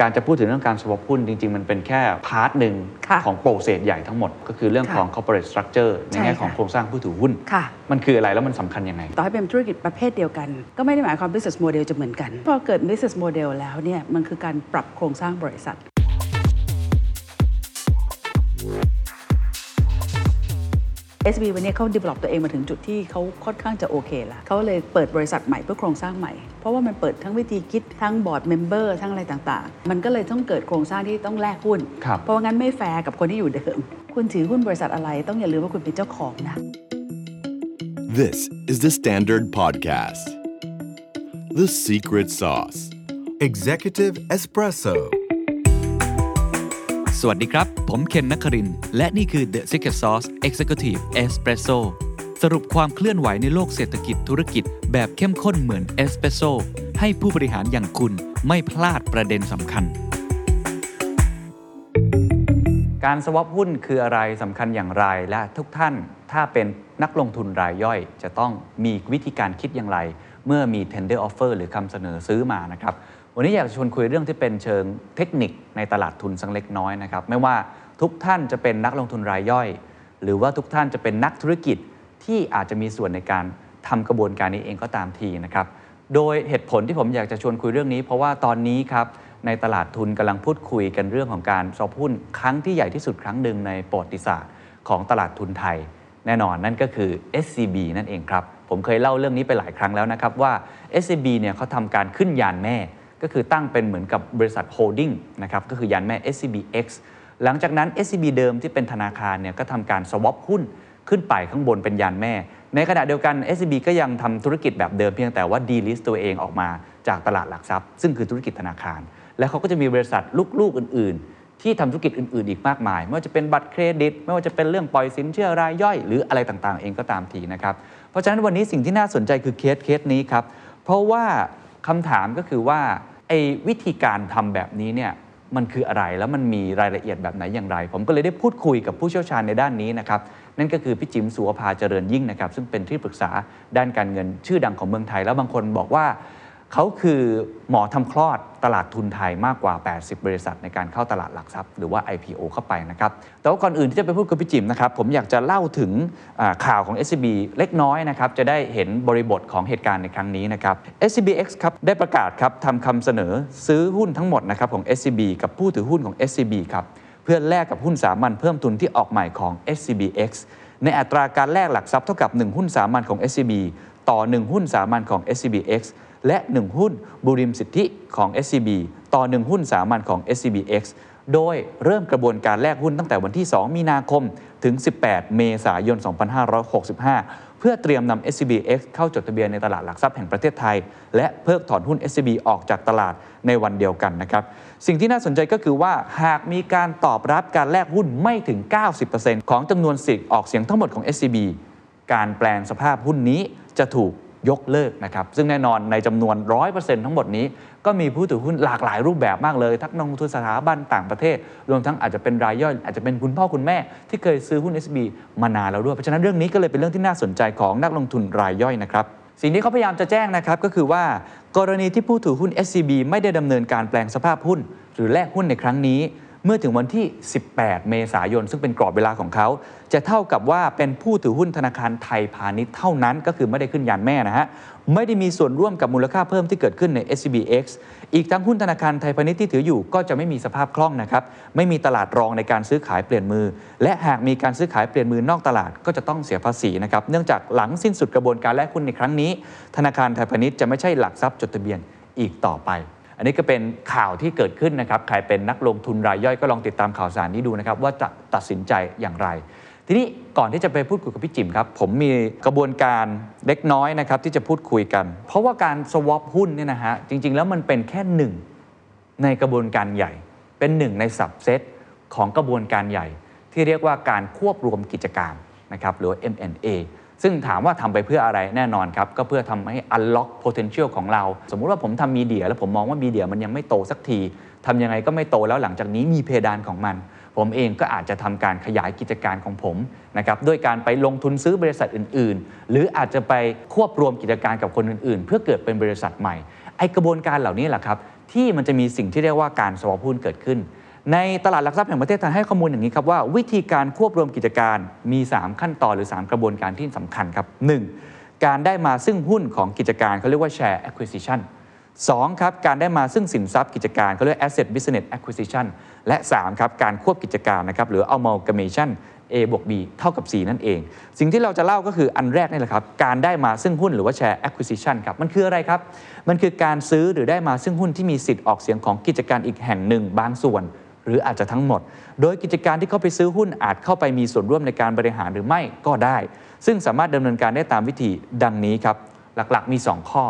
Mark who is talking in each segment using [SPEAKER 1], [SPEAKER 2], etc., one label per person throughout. [SPEAKER 1] การจะพูดถึงเรื่องการสวอปหุ้นจริง ๆ มันเป็นแค่พาร์ทหนึ่ง
[SPEAKER 2] ค่ะ
[SPEAKER 1] ของโปรเซสใหญ่ทั้งหมด ก็คือเรื่องของ corporate structure ในแง่ของ
[SPEAKER 2] ใช่ค่ะ
[SPEAKER 1] โครงสร้างผู้ถือหุ้น
[SPEAKER 2] ค่ะ
[SPEAKER 1] มันคืออะไรแล้วมันสำคัญยังไง
[SPEAKER 2] ต่อให้เป็นธุรกิจประเภทเดียวกัน ก็ไม่ได้หมายความ business model จะเหมือนกัน พอเกิด business model แล้วเนี่ยมันคือการปรับโครงสร้างบริษัท SB วันนี้เขา develop ตัวเองมาถึงจุดที่เขาค่อนข้างจะโอเคละเขาเลยเปิดบริษัทใหม่เพื่อโครงสร้างใหม่ เพราะว่ามันเปิดทั้งวิธีคิดทั้งบอร์ดเมมเบอร์ทั้งอะไรต่างๆ มันก็เลยต้องเกิดโครงสร้างที่ต้องแลกหุ้น
[SPEAKER 1] ครับ
[SPEAKER 2] เพราะว่างั้นไม่แฟร์กับคนที่อยู่เดิม คุณถือหุ้นบริษัทอะไรต้องอย่าลืมว่าคุณเป็นเจ้าของนะ
[SPEAKER 3] This is the Standard Podcast. The Secret Sauce.
[SPEAKER 4] Executive Espresso.
[SPEAKER 5] สวัสดีครับ ผมเคนนักครินทร์และนี่คือ The Secret Sauce Executive Espresso สรุปความเคลื่อนไหวในโลกเศรษฐกิจธุรกิจแบบเข้มข้นเหมือนเอสเปรสโซให้ผู้บริหารอย่างคุณไม่พลาดประเด็นสำคัญ
[SPEAKER 1] การสวอปหุ้นคืออะไรสำคัญอย่างไรและทุกท่านถ้าเป็นนักลงทุนรายย่อย จะต้องมีวิธีการคิดอย่างไร เมื่อมี tender offer หรือคำเสนอซื้อมานะครับ วันนี้อยากจะชวนคุยเรื่องที่เป็นเชิงเทคนิคในตลาดทุนสักเล็กน้อยนะครับ ไม่ว่าทุกท่านจะเป็นนักลงทุนรายย่อย หรือว่าทุกท่านจะเป็นนักธุรกิจที่อาจจะมีส่วนในการทำกระบวนการนี้เองก็ตามทีนะครับ โดยเหตุผลที่ผมอยากจะชวนคุยเรื่องนี้ เพราะว่าตอนนี้ครับ ในตลาดทุนกำลังพูดคุยกันเรื่องของการสอบหุ้นครั้งที่ใหญ่ที่สุดครั้งหนึ่งในประวัติศาสตร์ของตลาดทุนไทย แน่นอนนั่นก็คือ SCB นั่นเองครับ ผมเคยเล่าเรื่องนี้ไปหลายครั้งแล้วนะครับว่า SCB เนี่ยเขาทำการขึ้นยานแม่ ก็คือตั้งเป็นเหมือนกับบริษัทโฮลดิ้งนะครับก็คือยานแม่ SCBX หลังจากนั้น SCB เดิมที่เป็นธนาคารเนี่ยก็ทำการสวอปหุ้น ขึ้นไปข้างบนเป็นยานแม่ ในขณะเดียวกัน SCB ก็ยังทำธุรกิจแบบเดิมเพียงแต่ว่าดีลิสต์ตัวเองออกมาจากตลาดหลักทรัพย์ ซึ่งคือธุรกิจธนาคาร และเขาก็จะมีบริษัทลูกๆอื่น ๆ ที่ทำธุรกิจอื่น ๆ อีกมากมาย ไม่ว่าจะเป็นบัตรเครดิต ไม่ว่าจะเป็นเรื่องปล่อยสินเชื่อรายย่อย หรืออะไรต่างๆ เองก็ตามทีนะครับ เพราะฉะนั้นวันนี้สิ่งที่น่าสนใจคือเคสเคสนี้ครับ เพราะว่าคำถามก็คือว่าไอ้วิธีการทำแบบนี้เนี่ย มันคืออะไรแล้วมันมีรายละเอียดแบบไหนอย่างไร ผมก็เลยได้พูดคุยกับผู้เชี่ยวชาญในด้านนี้นะครับ นั่นก็คือพี่จิมสุวภาเจริญยิ่งนะครับ ซึ่งเป็นที่ปรึกษาด้านการเงินชื่อดังของเมืองไทย แล้วบางคนบอกว่า เขาคือหมอทำคลอดตลาดทุนไทยมากกว่า 80 บริษัทในการเข้าตลาดหลักทรัพย์หรือว่า IPO เข้าไปนะครับ แต่ว่าก่อนอื่นที่จะไปพูดกับพี่จิมนะครับผมอยากจะเล่าถึงอ่าข่าวของ SCB เล็กน้อยนะครับจะได้เห็นบริบทของเหตุการณ์ในครั้งนี้นะครับ SCBX ครับได้ประกาศครับทำคำเสนอซื้อหุ้นทั้งหมดนะครับของ SCB กับผู้ถือหุ้นของ SCB ครับ เพื่อแลกกับหุ้นสามัญเพิ่มทุนที่ออกใหม่ของ SCBX ในอัตราการแลกหลักทรัพย์เท่ากับ 1 หุ้นสามัญของ SCB ต่อ 1 หุ้นสามัญของ SCBX และ 1 หุ้นบุริมสิทธิของ SCB ต่อ 1 หุ้นสามัญของ SCBX โดยเริ่มกระบวนการแลกหุ้นตั้งแต่วันที่ 2 มีนาคม ถึง 18 เมษายน 2565 เพื่อเตรียมนำ SCBX เข้าจดทะเบียนในตลาดหลักทรัพย์แห่งประเทศไทย และเพิกถอนหุ้น SCB ออกจากตลาดในวันเดียวกันนะครับ สิ่งที่น่าสนใจก็คือว่าหากมีการตอบรับการแลกหุ้นไม่ถึง 90%ของจำนวนสิทธิ์ออกเสียงทั้งหมดของ SCB การแปลงสภาพหุ้นนี้จะถูกยกเลิกนะครับ ซึ่งแน่นอนในจำนวน 100%ทั้งหมดนี้ ก็มีผู้ถือหุ้นหลากหลายรูปแบบมากเลย ทั้งนักลงทุนสถาบันต่างประเทศ รวมทั้งอาจจะเป็นรายย่อย อาจจะเป็นคุณพ่อคุณแม่ที่เคยซื้อหุ้น SB มานานแล้วด้วย เพราะฉะนั้นเรื่องนี้ก็เลยเป็นเรื่องที่น่าสนใจของนักลงทุนรายย่อยนะครับ สิ่งที่เขาพยายามจะแจ้งนะครับก็คือว่า กรณีที่ผู้ถือหุ้น SCB ไม่ได้ดำเนินการแปลงสภาพหุ้น หรือแลกหุ้นในครั้งนี้ เมื่อถึงวันที่ 18 เมษายน ซึ่งเป็นกรอบเวลาของเขา จะเท่ากับว่าเป็นผู้ถือหุ้นธนาคารไทยพาณิชย์เท่านั้นก็คือไม่ได้ขึ้นยานแม่นะฮะ ไม่ได้มีส่วนร่วมกับมูลค่าเพิ่มที่เกิดขึ้นใน SCBX อีกทั้งหุ้นธนาคารไทยพาณิชย์ที่ถืออยู่ก็จะไม่มีสภาพคล่องนะครับ ไม่มีตลาดรองในการซื้อขายเปลี่ยนมือ และหากมีการซื้อขายเปลี่ยนมือนอกตลาดก็จะต้องเสียภาษีนะครับ เนื่องจากหลังสิ้นสุดกระบวนการแลกหุ้นในครั้งนี้ ธนาคารไทยพาณิชย์จะไม่ใช่หลักทรัพย์จดทะเบียนอีกต่อไป อันนี้ก็เป็นข่าวที่เกิดขึ้นนะครับ ใครเป็นนักลงทุนรายย่อยก็ลองติดตามข่าวสารนี้ดูนะครับ ว่าจะตัดสินใจอย่างไร ทีนี้ก่อนที่จะไปพูดคุยกับพี่จิมครับ ผมมีกระบวนการเล็กน้อยนะครับที่จะพูดคุยกัน เพราะว่าการสวอปหุ้นเนี่ยนะฮะจริง ๆ แล้วมันเป็นแค่หนึ่ง ในกระบวนการใหญ่ เป็นหนึ่งในสับเซตของกระบวนการใหญ่ ที่เรียกว่าการควบรวมกิจการนะครับหรือว่า M&A ซึ่งถามว่าทำไปเพื่ออะไรแน่นอนครับ ก็เพื่อทำให้ unlock potential ของเรา สมมุติว่าผมทำมีเดีย แล้วผมมองว่ามีเดียมันยังไม่โตสักทีทำยังไงก็ไม่โตแล้วหลังจากนี้มีเพดานของมัน ผมเองก็อาจจะทำการขยายกิจการของผมนะครับด้วยการไปลงทุนซื้อบริษัทอื่น ๆ หรืออาจจะไปควบรวมกิจการกับคนอื่น ๆ เพื่อเกิดเป็นบริษัทใหม่ ไอกระบวนการเหล่านี้แหละครับ ที่มันจะมีสิ่งที่เรียกว่าการสวอปหุ้นเกิดขึ้น ในตลาดหลักทรัพย์แห่งประเทศไทยให้ข้อมูลอย่างนี้ครับว่าวิธีการควบรวมกิจการมี 3 ขั้นตอนหรือ 3 กระบวนการที่สำคัญครับ 1. การได้มาซึ่งหุ้นของกิจการเขาเรียกว่า share acquisition 2ครับการได้มาซึ่งสินทรัพย์กิจการเขาเรียก asset business acquisition และ 3 ครับ การควบกิจการนะครับหรือ amalgamation A บวก B เท่ากับ C นั่นเอง สิ่งที่เราจะเล่าก็คืออันแรกนี่แหละครับ การได้มาซึ่งหุ้นหรือว่า share acquisition ครับ มันคืออะไรครับ มันคือการซื้อหรือได้มาซึ่งหุ้นที่มีสิทธิ์ออกเสียงของกิจการอีกแห่งหนึ่งบางส่วน หรืออาจจะทั้งหมด โดยกิจการที่เข้าไปซื้อหุ้นอาจเข้าไปมีส่วนร่วมในการบริหารหรือไม่ก็ได้ ซึ่งสามารถดำเนินการได้ตามวิธีดังนี้ครับ หลักๆ มี 2 ข้อ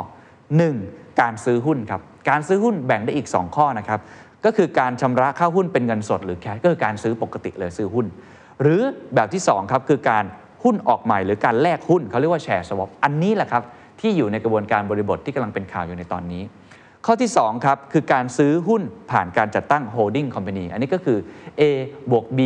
[SPEAKER 1] 1. การซื้อหุ้นครับ การซื้อหุ้นแบ่งได้อีก 2 ข้อนะครับ ก็คือการชำระค่าหุ้นเป็นเงินสดหรือแคชก็คือการซื้อปกติเลยซื้อหุ้น หรือแบบที่ 2 ครับ คือการหุ้นออกใหม่หรือการแลกหุ้นเขาเรียกว่าแชร์สวอปอันนี้แหละครับ ที่อยู่ในกระบวนการบริบทที่กำลังเป็นข่าวอยู่ในตอนนี้ ข้อที่ 2 ครับ คือการซื้อหุ้นผ่านการจัดตั้ง holding company อันนี้ก็คือ A บวก B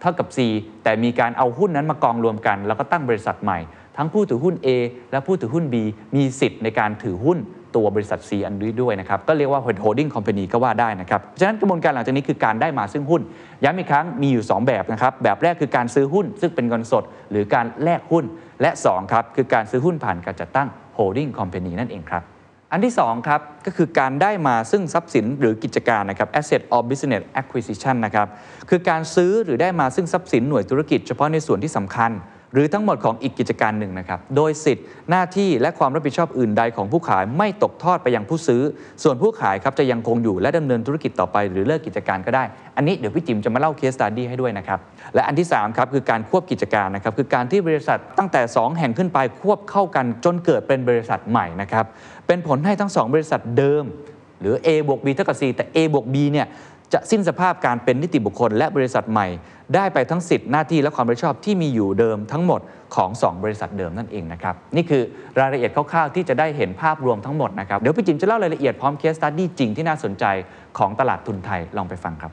[SPEAKER 1] เท่ากับ C แต่มีการเอาหุ้นนั้นมากองรวมกัน แล้วก็ตั้งบริษัทใหม่ ทั้งผู้ถือหุ้น A และผู้ถือหุ้น B มีสิทธิ์ในการถือหุ้นตัวบริษัท C อันนี้ด้วยนะครับ ก็เรียกว่า holding company ก็ว่าได้นะครับ เพราะฉะนั้นกระบวนการหลังจากนี้คือการได้มาซึ่งหุ้น ย้ำอีกครั้งมีอยู่ 2 แบบนะครับ แบบแรกคือการซื้อหุ้น ซึ่งเป็นเงินสด หรือการแลกหุ้น และสองครับคือการซื้อหุ้นผ่านการจัดตั้ง holding company นั่นเองครับ อันที่ 2 ครับ ก็คือการได้มาซึ่งทรัพย์สินหรือกิจการนะครับ asset or business acquisition นะครับ คือการซื้อหรือได้มาซึ่งทรัพย์สินหน่วยธุรกิจเฉพาะในส่วนที่สำคัญ หรือทั้งหมดของอีกกิจการหนึ่งนะครับ โดยสิทธิ์หน้าที่และความรับผิดชอบอื่นใดของผู้ขายไม่ตกทอดไปยังผู้ซื้อ ส่วนผู้ขายครับจะยังคงอยู่และดำเนินธุรกิจต่อไปหรือเลิกกิจการก็ได้ อันนี้เดี๋ยวพี่จิมจะมาเล่าเคสตัดดี้ให้ด้วยนะครับ และอันที่สามครับคือการควบกิจการนะครับคือการที่บริษัทตั้งแต่สองแห่งขึ้นไปควบเข้ากันจนเกิดเป็นบริษัทใหม่นะครับเป็นผลให้ทั้งสองบริษัทเดิม หรือ A บวก B เท่ากับ C แต่ A บวก B เนี่ยจะสิ้นสภาพการเป็นนิติบุคคลและบริษัทใหม่ ได้ไปทั้งสิทธิ์หน้าที่และความรับผิดชอบที่มีอยู่เดิมทั้งหมดของ 2 บริษัทเดิมนั่นเองนะครับ นี่คือรายละเอียดคร่าวๆที่จะได้เห็นภาพรวมทั้งหมดนะครับ เดี๋ยวพี่จิมจะเล่ารายละเอียดพร้อมเคสตัดดี้จริงที่น่าสนใจของตลาดทุนไทยลองไปฟังครับ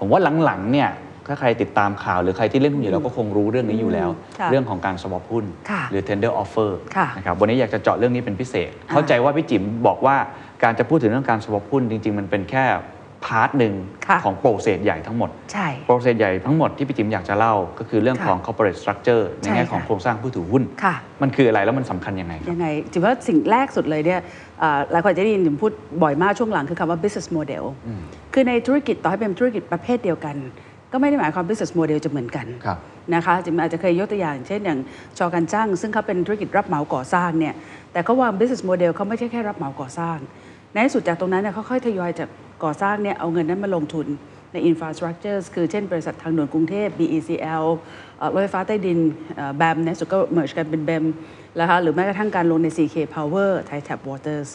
[SPEAKER 1] ผมว่าหลังๆเนี่ยถ้าใครติดตามข่าวหรือใครที่เล่นหุ้นอยู่แล้วก็คงรู้เรื่องนี้อยู่แล้ว
[SPEAKER 2] ค่ะ
[SPEAKER 1] เรื่องของการสวอปหุ้น
[SPEAKER 2] ค่ะ
[SPEAKER 1] หรือ tender offer
[SPEAKER 2] ค่ะ
[SPEAKER 1] นะครับวันนี้อยากจะเจาะเรื่องนี้เป็นพิเศษ
[SPEAKER 2] อ่า
[SPEAKER 1] เข้าใจว่าพี่จิ๋มบอกว่าการจะพูดถึงเรื่องการสวอปหุ้นจริง ๆ มันเป็นแค่พาร์ทหนึ่ง
[SPEAKER 2] ค่ะ
[SPEAKER 1] ของโปรเซสใหญ่ทั้งหมด
[SPEAKER 2] ใช่
[SPEAKER 1] โปรเซสใหญ่ทั้งหมดที่พี่จิ๋มอยากจะเล่า ก็คือเรื่อง
[SPEAKER 2] ค่ะ
[SPEAKER 1] ของ corporate structure ในแง่
[SPEAKER 2] ใช่ค่ะ
[SPEAKER 1] ของโครงสร้างผู้ถือหุ้น
[SPEAKER 2] ค่ะ
[SPEAKER 1] มันคืออะไรแล้วมันสำคัญยังไงครับ
[SPEAKER 2] ยังไงถือว่าสิ่งแรกสุดเลยเนี่ยเอ่อหลายคนอาจจะได้ยินผมพูดบ่อยมากช่วงหลังคือคำว่า business model คือในธุรกิจต่อให้เป็นธุรกิจประเภทเดียวกัน ก็ไม่ได้หมายความ business model จะเหมือนกัน
[SPEAKER 1] ครับ
[SPEAKER 2] นะคะจิมอาจจะเคยยกตัวอย่าง เช่นอย่างชอการจ้าง ซึ่งเขาเป็นธุรกิจรับเหมาก่อสร้างเนี่ยแต่เขาวาง business model เขาไม่ใช่แค่รับเหมาก่อสร้าง ในที่สุดจากตรงนั้นเนี่ยเขาค่อยทยอยจากก่อสร้างเนี่ยเอาเงินนั้นมาลงทุนใน infrastructure คือเช่นบริษัททางด่วนกรุงเทพ BECL เอ่อรถไฟฟ้าใต้ดินแบมในที่สุดก็ merge กันเป็น BEM นะคะหรือแม้กระทั่งการลงใน CK Power Thai Tap Waters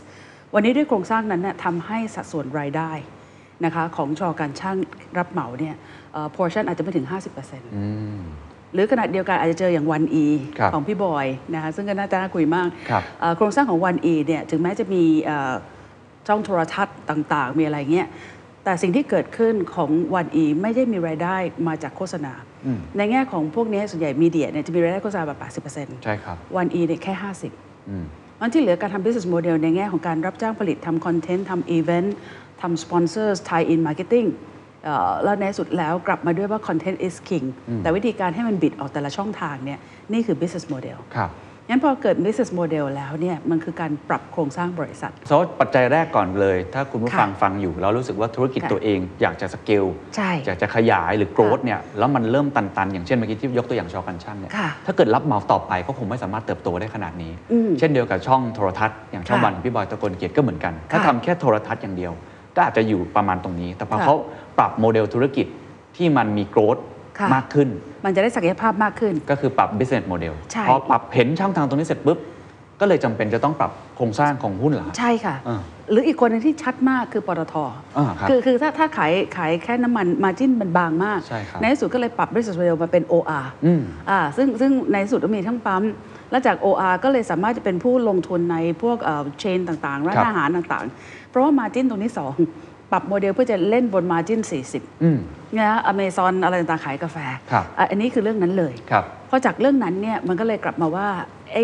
[SPEAKER 2] วันนี้ด้วยโครงสร้างนั้นเนี่ยทำให้สัดส่วนรายได้ นะคะของชอการช่างรับเหมาเนี่ยพอร์ชั่นอาจจะไม่ถึง 50%หรือขนาดเดียวกันอาจจะเจออย่างวันอี
[SPEAKER 1] ครับ
[SPEAKER 2] ของพี่บอยนะคะซึ่งก็น่าจะน่าคุยมาก
[SPEAKER 1] ครับ
[SPEAKER 2] เอ่อโครงสร้างของวันอีเนี่ยถึงแม้จะมีเอ่อช่องโทรทัศน์ต่างๆ มีอะไรเงี้ยแต่สิ่งที่เกิดขึ้นของวันอีไม่ได้มีรายได้มาจากโฆษณา ในแง่ของพวกนี้ส่วนใหญ่มีเดียเนี่ยจะมีรายได้โฆษณาแบบ 80%
[SPEAKER 1] ใช่ครับ
[SPEAKER 2] วันอีเนี่ยแค่ 50
[SPEAKER 1] อืม
[SPEAKER 2] มันที่เหลือการทำ business model ในแง่ของการรับจ้างผลิตทำคอนเทนต์ทำอีเวนต์ทำ sponsors tie in marketing เอ่อแล้วในสุดแล้วกลับมาด้วยว่า content is king แต่วิธีการให้มันบิดออกแต่ละช่องทางเนี่ยนี่คือ business model
[SPEAKER 1] ครับ
[SPEAKER 2] งั้นพอเกิด business model แล้วเนี่ยมันคือการปรับโครงสร้างบริษัท
[SPEAKER 1] โซปัจจัยแรกก่อนเลย ถ้าคุณผู้
[SPEAKER 2] ค่ะ
[SPEAKER 1] ฟังฟังอยู่ แล้วรู้สึกว่าธุรกิจ
[SPEAKER 2] ค่ะ
[SPEAKER 1] ตัวเองอยากจะสเกล
[SPEAKER 2] ใช่
[SPEAKER 1] อยากจะขยายหรือโกรดเนี่ยแล้วมันเริ่มตัน ๆ อย่างเช่นเมื่อกี้ที่ยกตัวอย่างชอกันช่างเนี่ย
[SPEAKER 2] ค่ะ
[SPEAKER 1] ถ้าเกิดรับเหมาต่อไปก็คงไม่สามารถเติบโตได้ขนาดนี้
[SPEAKER 2] อืม
[SPEAKER 1] เช่นเดียวกับช่องโทรทัศน์อย่างช่อง
[SPEAKER 2] ค่ะ
[SPEAKER 1] วันของพี่บอยตะโกนเกียรติก็เหมือนกัน ถ้า
[SPEAKER 2] ค่ะ
[SPEAKER 1] ทำแค่โทรทัศน์อย่างเดียว ก็อาจจะอยู่ประมาณตรงนี้ แต่พอ
[SPEAKER 2] ค่ะ
[SPEAKER 1] เขาปรับโมเดลธุรกิจที่มันมีโกรด
[SPEAKER 2] ค่ะ
[SPEAKER 1] มากขึ้น
[SPEAKER 2] มันจะได้ศักยภาพมากขึ้น
[SPEAKER 1] ก็คือปรับ business model
[SPEAKER 2] ใช่
[SPEAKER 1] พอปรับเห็นช่องทางตรงนี้เสร็จปุ๊บก็เลยจำเป็นจะต้องปรับโครงสร้างของหุ้นเหรอฮะ
[SPEAKER 2] ใช่ค่ะ
[SPEAKER 1] อ่า
[SPEAKER 2] หรืออีกคนหนึงที่ชัดมากคือปตท
[SPEAKER 1] อ่าครับ
[SPEAKER 2] คือคือถ้าถ้าขายขายแค่น้ำมันมาจิ้นมันบางมาก
[SPEAKER 1] ใช่ครับ
[SPEAKER 2] ในที่สุดก็เลยปรับ business model มาเป็น OR
[SPEAKER 1] อืม
[SPEAKER 2] อ่าซึ่งซึ่งในที่สุดก็มีทั้งปั๊ม และจาก OR ก็เลยสามารถจะเป็นผู้ลงทุนในพวกเชนต่างๆ ร้าน
[SPEAKER 1] ครับ
[SPEAKER 2] อาหารต่างๆ เพราะว่ามาจิ้นตรงนี้ 2 ปรับโมเดลเพื่อจะเล่นบนมาจิ้น 40
[SPEAKER 1] อืม
[SPEAKER 2] นะฮะอเมซอนอะไรต่างๆขายกาแฟ
[SPEAKER 1] ครับ
[SPEAKER 2] อ่ะอันนี้คือเรื่องนั้นเลย
[SPEAKER 1] ครับ
[SPEAKER 2] พอจากเรื่องนั้นเนี่ยมันก็เลยกลับมาว่า ไอ้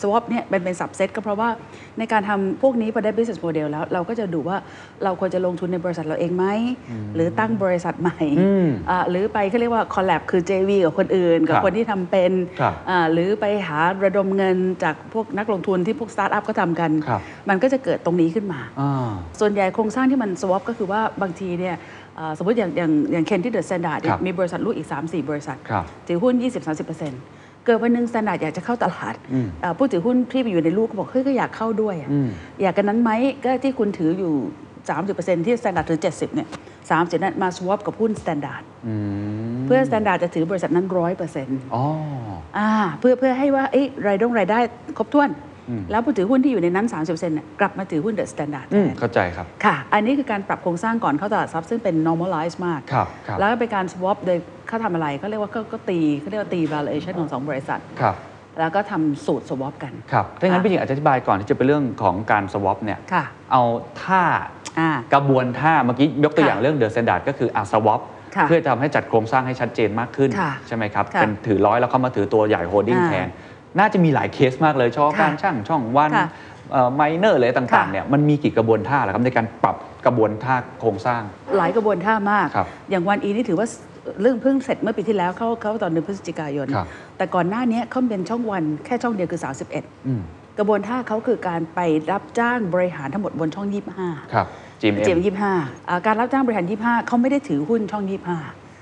[SPEAKER 2] สวอปเนี่ยเป็นเป็นสับเซตก็เพราะว่าในการทำพวกนี้พอได้ business model แล้ว เราก็จะดูว่าเราควรจะลงทุนในบริษัทเราเองไหม หรือตั้งบริษัทใหม่อ่าหรือไปเขาเรียกว่า collab คือ JV กับคนอื่น กับ
[SPEAKER 1] ครับ
[SPEAKER 2] คนที่ทำเป็น
[SPEAKER 1] ครับ
[SPEAKER 2] อ่าหรือไปหาระดมเงินจากพวกนักลงทุนที่พวกสตาร์ทอัพก็ทำกัน
[SPEAKER 1] ครับ
[SPEAKER 2] มันก็จะเกิดตรงนี้ขึ้นมา
[SPEAKER 1] อ่า
[SPEAKER 2] ส่วนใหญ่โครงสร้างที่มันสวอปก็คือว่าบางทีเนี่ยเอ่อสมมติอย่างอย่างอย่างเคนที่เดอะสแตนดาร์ด
[SPEAKER 1] ครับ
[SPEAKER 2] มีบริษัทลูกอีก 3-4 บริษัท
[SPEAKER 1] ครับ
[SPEAKER 2] ถือหุ้น 20-30%เกิดวันหนึ่งสแตนดาร์ดอยากจะเข้าตลาดเอ่อผู้ถือหุ้นที่ไปอยู่ในลูกก็บอกเฮ้ยก็อยากเข้าด้วยอะอยากกันนั้นไหมก็ที่คุณถืออยู่ 30%ที่สแตนดาร์ดถือ 70เนี่ยสามสิบนั้นมาสวอปกับหุ้นสแตนดาร์ดเพื่อสแตนดาร์ดจะถือบริษัทนั้นร้อยเปอร์เซ็นต์
[SPEAKER 1] ๋อ
[SPEAKER 2] อ่าเพื่อเพื่อให้ว่าเอ้ยรายได้รายได้ครบถ้วน แล้วผู้ถือหุ้นที่อยู่ในนั้น 30%เนี่ยกลับมาถือหุ้นเดอะสแตนดาร์ด
[SPEAKER 1] อืมเข้าใจครับ
[SPEAKER 2] ค่ะ อันนี้คือการปรับโครงสร้างก่อนเข้าตลาดทรัพย์ซึ่งเป็น normalize มาก
[SPEAKER 1] ครับครับ
[SPEAKER 2] แล้วก็เป็นการ swap โดยเขาทำอะไรเขาเรียกว่าก็ก็ตีเขาเรียกว่าตี valuation ของสองบริษัท
[SPEAKER 1] ครับ
[SPEAKER 2] แล้วก็ทำสูตร swap กัน
[SPEAKER 1] ครับ ถ้างั้น
[SPEAKER 2] ค่ะ
[SPEAKER 1] พี่หญิงอาจจะอธิบายก่อนที่จะเป็นเรื่องของการสวอปเนี่ย
[SPEAKER 2] ค่ะ
[SPEAKER 1] เอาท่า
[SPEAKER 2] อ่าก
[SPEAKER 1] ระบวนท่า เมื่อกี้ยกตัว
[SPEAKER 2] ค่ะ
[SPEAKER 1] อย่างเรื่องเดอะ t แ n นดาร์ดก็คืออ่ะสวอป
[SPEAKER 2] ค่ะ
[SPEAKER 1] เพื่อทำให้จัดโครงสร้างให้ชัดเจนมากขึ้น
[SPEAKER 2] ค่ะ
[SPEAKER 1] ใช่ไหมครับ
[SPEAKER 2] ค่ะ
[SPEAKER 1] เป็นถือร้อยแล้วเข้ามาถือตัวใหญ่โฮดดิ้ง
[SPEAKER 2] อ่า
[SPEAKER 1] แทน น่าจะมีหลายเคสมากเลยช่อ
[SPEAKER 2] ค่ะ
[SPEAKER 1] การช่างช่องวัน
[SPEAKER 2] ค่ะ
[SPEAKER 1] ไมเนอร์อะไรต่างๆ
[SPEAKER 2] ค่ะ
[SPEAKER 1] เนี่ยมันมีกี่กระบวนท่าเหรอครับในการปรับกระบวนท่าโครงสร้าง
[SPEAKER 2] หลายกระบวนท่ามาก
[SPEAKER 1] ครับ
[SPEAKER 2] อย่างวันอีนี่ถือว่าเรื่องเพิ่งเสร็จเมื่อปีที่แล้วเขาเขาตอนเดือนพฤศจิกายน
[SPEAKER 1] ครับ
[SPEAKER 2] แต่ก่อนหน้านี้เขาเป็นช่องวันแค่ช่องเดียวคือ
[SPEAKER 1] อืม
[SPEAKER 2] 31 กระบวนท่าเขาคือการไปรับจ้างบริหารทั้งหมดบนช่อง 25
[SPEAKER 1] ครับจีมเอ็
[SPEAKER 2] เจม
[SPEAKER 1] ม
[SPEAKER 2] ยี่ห้าการรับจ้างบริหารยี่ห้าเขาไม่ได้ถือหุ้นช่องยี่ห้า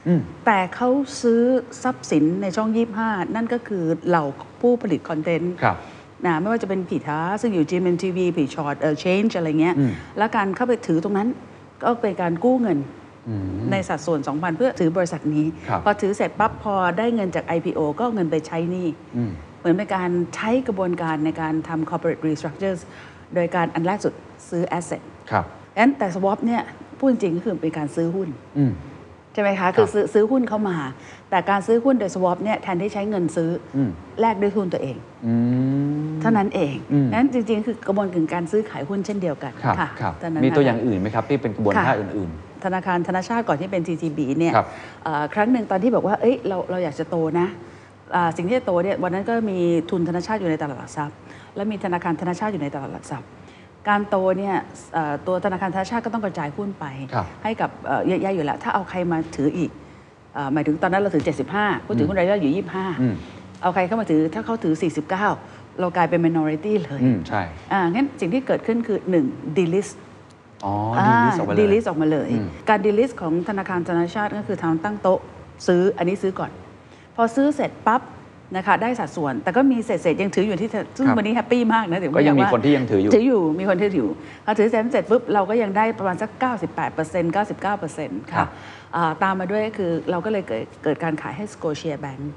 [SPEAKER 1] อืม
[SPEAKER 2] แต่เขาซื้อทรัพย์สินในช่องยี่ห้านั่นก็คือเหล่าผู้ผลิตคอนเทนต์
[SPEAKER 1] ครับ
[SPEAKER 2] นะไม่ว่าจะเป็นผีท้าซึ่งอยู่ GMMTV ผีช็อตเอ่อ change อะไรเงี้ย แล้วการเข้าไปถือตรงนั้นก็เป็นการกู้เงินในสัดส่วน 2,000 เพื่อถือบริษัทนี้
[SPEAKER 1] ครับ
[SPEAKER 2] พอถือเสร็จปั๊บพอได้เงินจาก IPO ก็เอาเงินไปใช้หนี้ เหมือนเป็นการใช้กระบวนการในการทำ corporate restructures โดยการอันแรกสุดซื้อ asset
[SPEAKER 1] ครับ
[SPEAKER 2] ดังนั้นแต่ swap เนี่ยพูดจริงๆก็คือเป็นการซื้อหุ้น
[SPEAKER 1] อืม
[SPEAKER 2] ใช่ไหมคะคือซื้อซื้อหุ้นเข้ามา แต่การซื้อหุ้นโดย swap เนี่ยแทนที่ใช้เงินซื้ออแลกด้วยหุ้นตัวเอง เท่านั้นเองดังนั้นจริงๆ คือกระบวนการการซื้อขายหุ้นเช่นเดียวกัน
[SPEAKER 1] ครับ
[SPEAKER 2] ค่ะ
[SPEAKER 1] ครับ
[SPEAKER 2] เท่านั้น
[SPEAKER 1] มีตัว
[SPEAKER 2] นะคะ
[SPEAKER 1] อย่างอื่นไหมครับที่เป็นกระบวน
[SPEAKER 2] ค่ะ
[SPEAKER 1] ท่าอื่น
[SPEAKER 2] ธนาคารธนชาตก่อนที่เป็น TTB เนี่ย
[SPEAKER 1] ครับ
[SPEAKER 2] เอ่อครั้งหนึ่งตอนที่บอกว่า เอ้ยเราเราอยากจะโตนะอ่าสิ่งที่จะโตเนี่ยวันนั้นก็มีทุนธนชาตอยู่ในตลาดหลักทรัพย์ และมีธนาคารธนชาตอยู่ในตลาดหลักทรัพย์ การโตเนี่ยเอ่อตัวธนาคารธนชาตก็ต้องกระจายหุ้นไป
[SPEAKER 1] ครับ
[SPEAKER 2] ให้กับเอ่อเยอะแยะอยู่แล้ว ถ้าเอาใครมาถืออีกเอ่อหมายถึงตอนนั้นเราถือ 75ผู้ถือหุ้นรายย่อยอยู่ 25 เอาใครเข้ามาถือถ้าเขาถือ 49 เรากลายเป็น minority เลย
[SPEAKER 1] อืมใช่
[SPEAKER 2] อ่างั้นสิ่งที่เกิดขึ้นคือ 1 delist
[SPEAKER 1] ๆ อ๋อดีลิสต์ออกไปเลย
[SPEAKER 2] ดีลิสต์ออกมาเลย การดีลิสต์ของธนาคารธนาชาติก็คือทางตั้งโต๊ะซื้ออันนี้ซื้อก่อน พอซื้อเสร็จปั๊บนะคะได้สัดส่วน แต่ก็มีเศษเศษๆยังถืออยู่ที่เธอซึ่ง
[SPEAKER 1] ครับ
[SPEAKER 2] วันนี้แฮปปี้มากนะถึง
[SPEAKER 1] ก็ยังมี
[SPEAKER 2] ว่า
[SPEAKER 1] คนที่ยังถืออยู่
[SPEAKER 2] ถืออยู่มีคนที่ถืออยู่พอถือเสร็จเสร็จปุ๊บเราก็ยังได้ประมาณสัก 98% 99%
[SPEAKER 1] ครั
[SPEAKER 2] ค่ะ
[SPEAKER 1] บ
[SPEAKER 2] อ่าตามมาด้วยก็คือเราก็เลยเกิดเกิดการขายให้สโกเชียแบงก์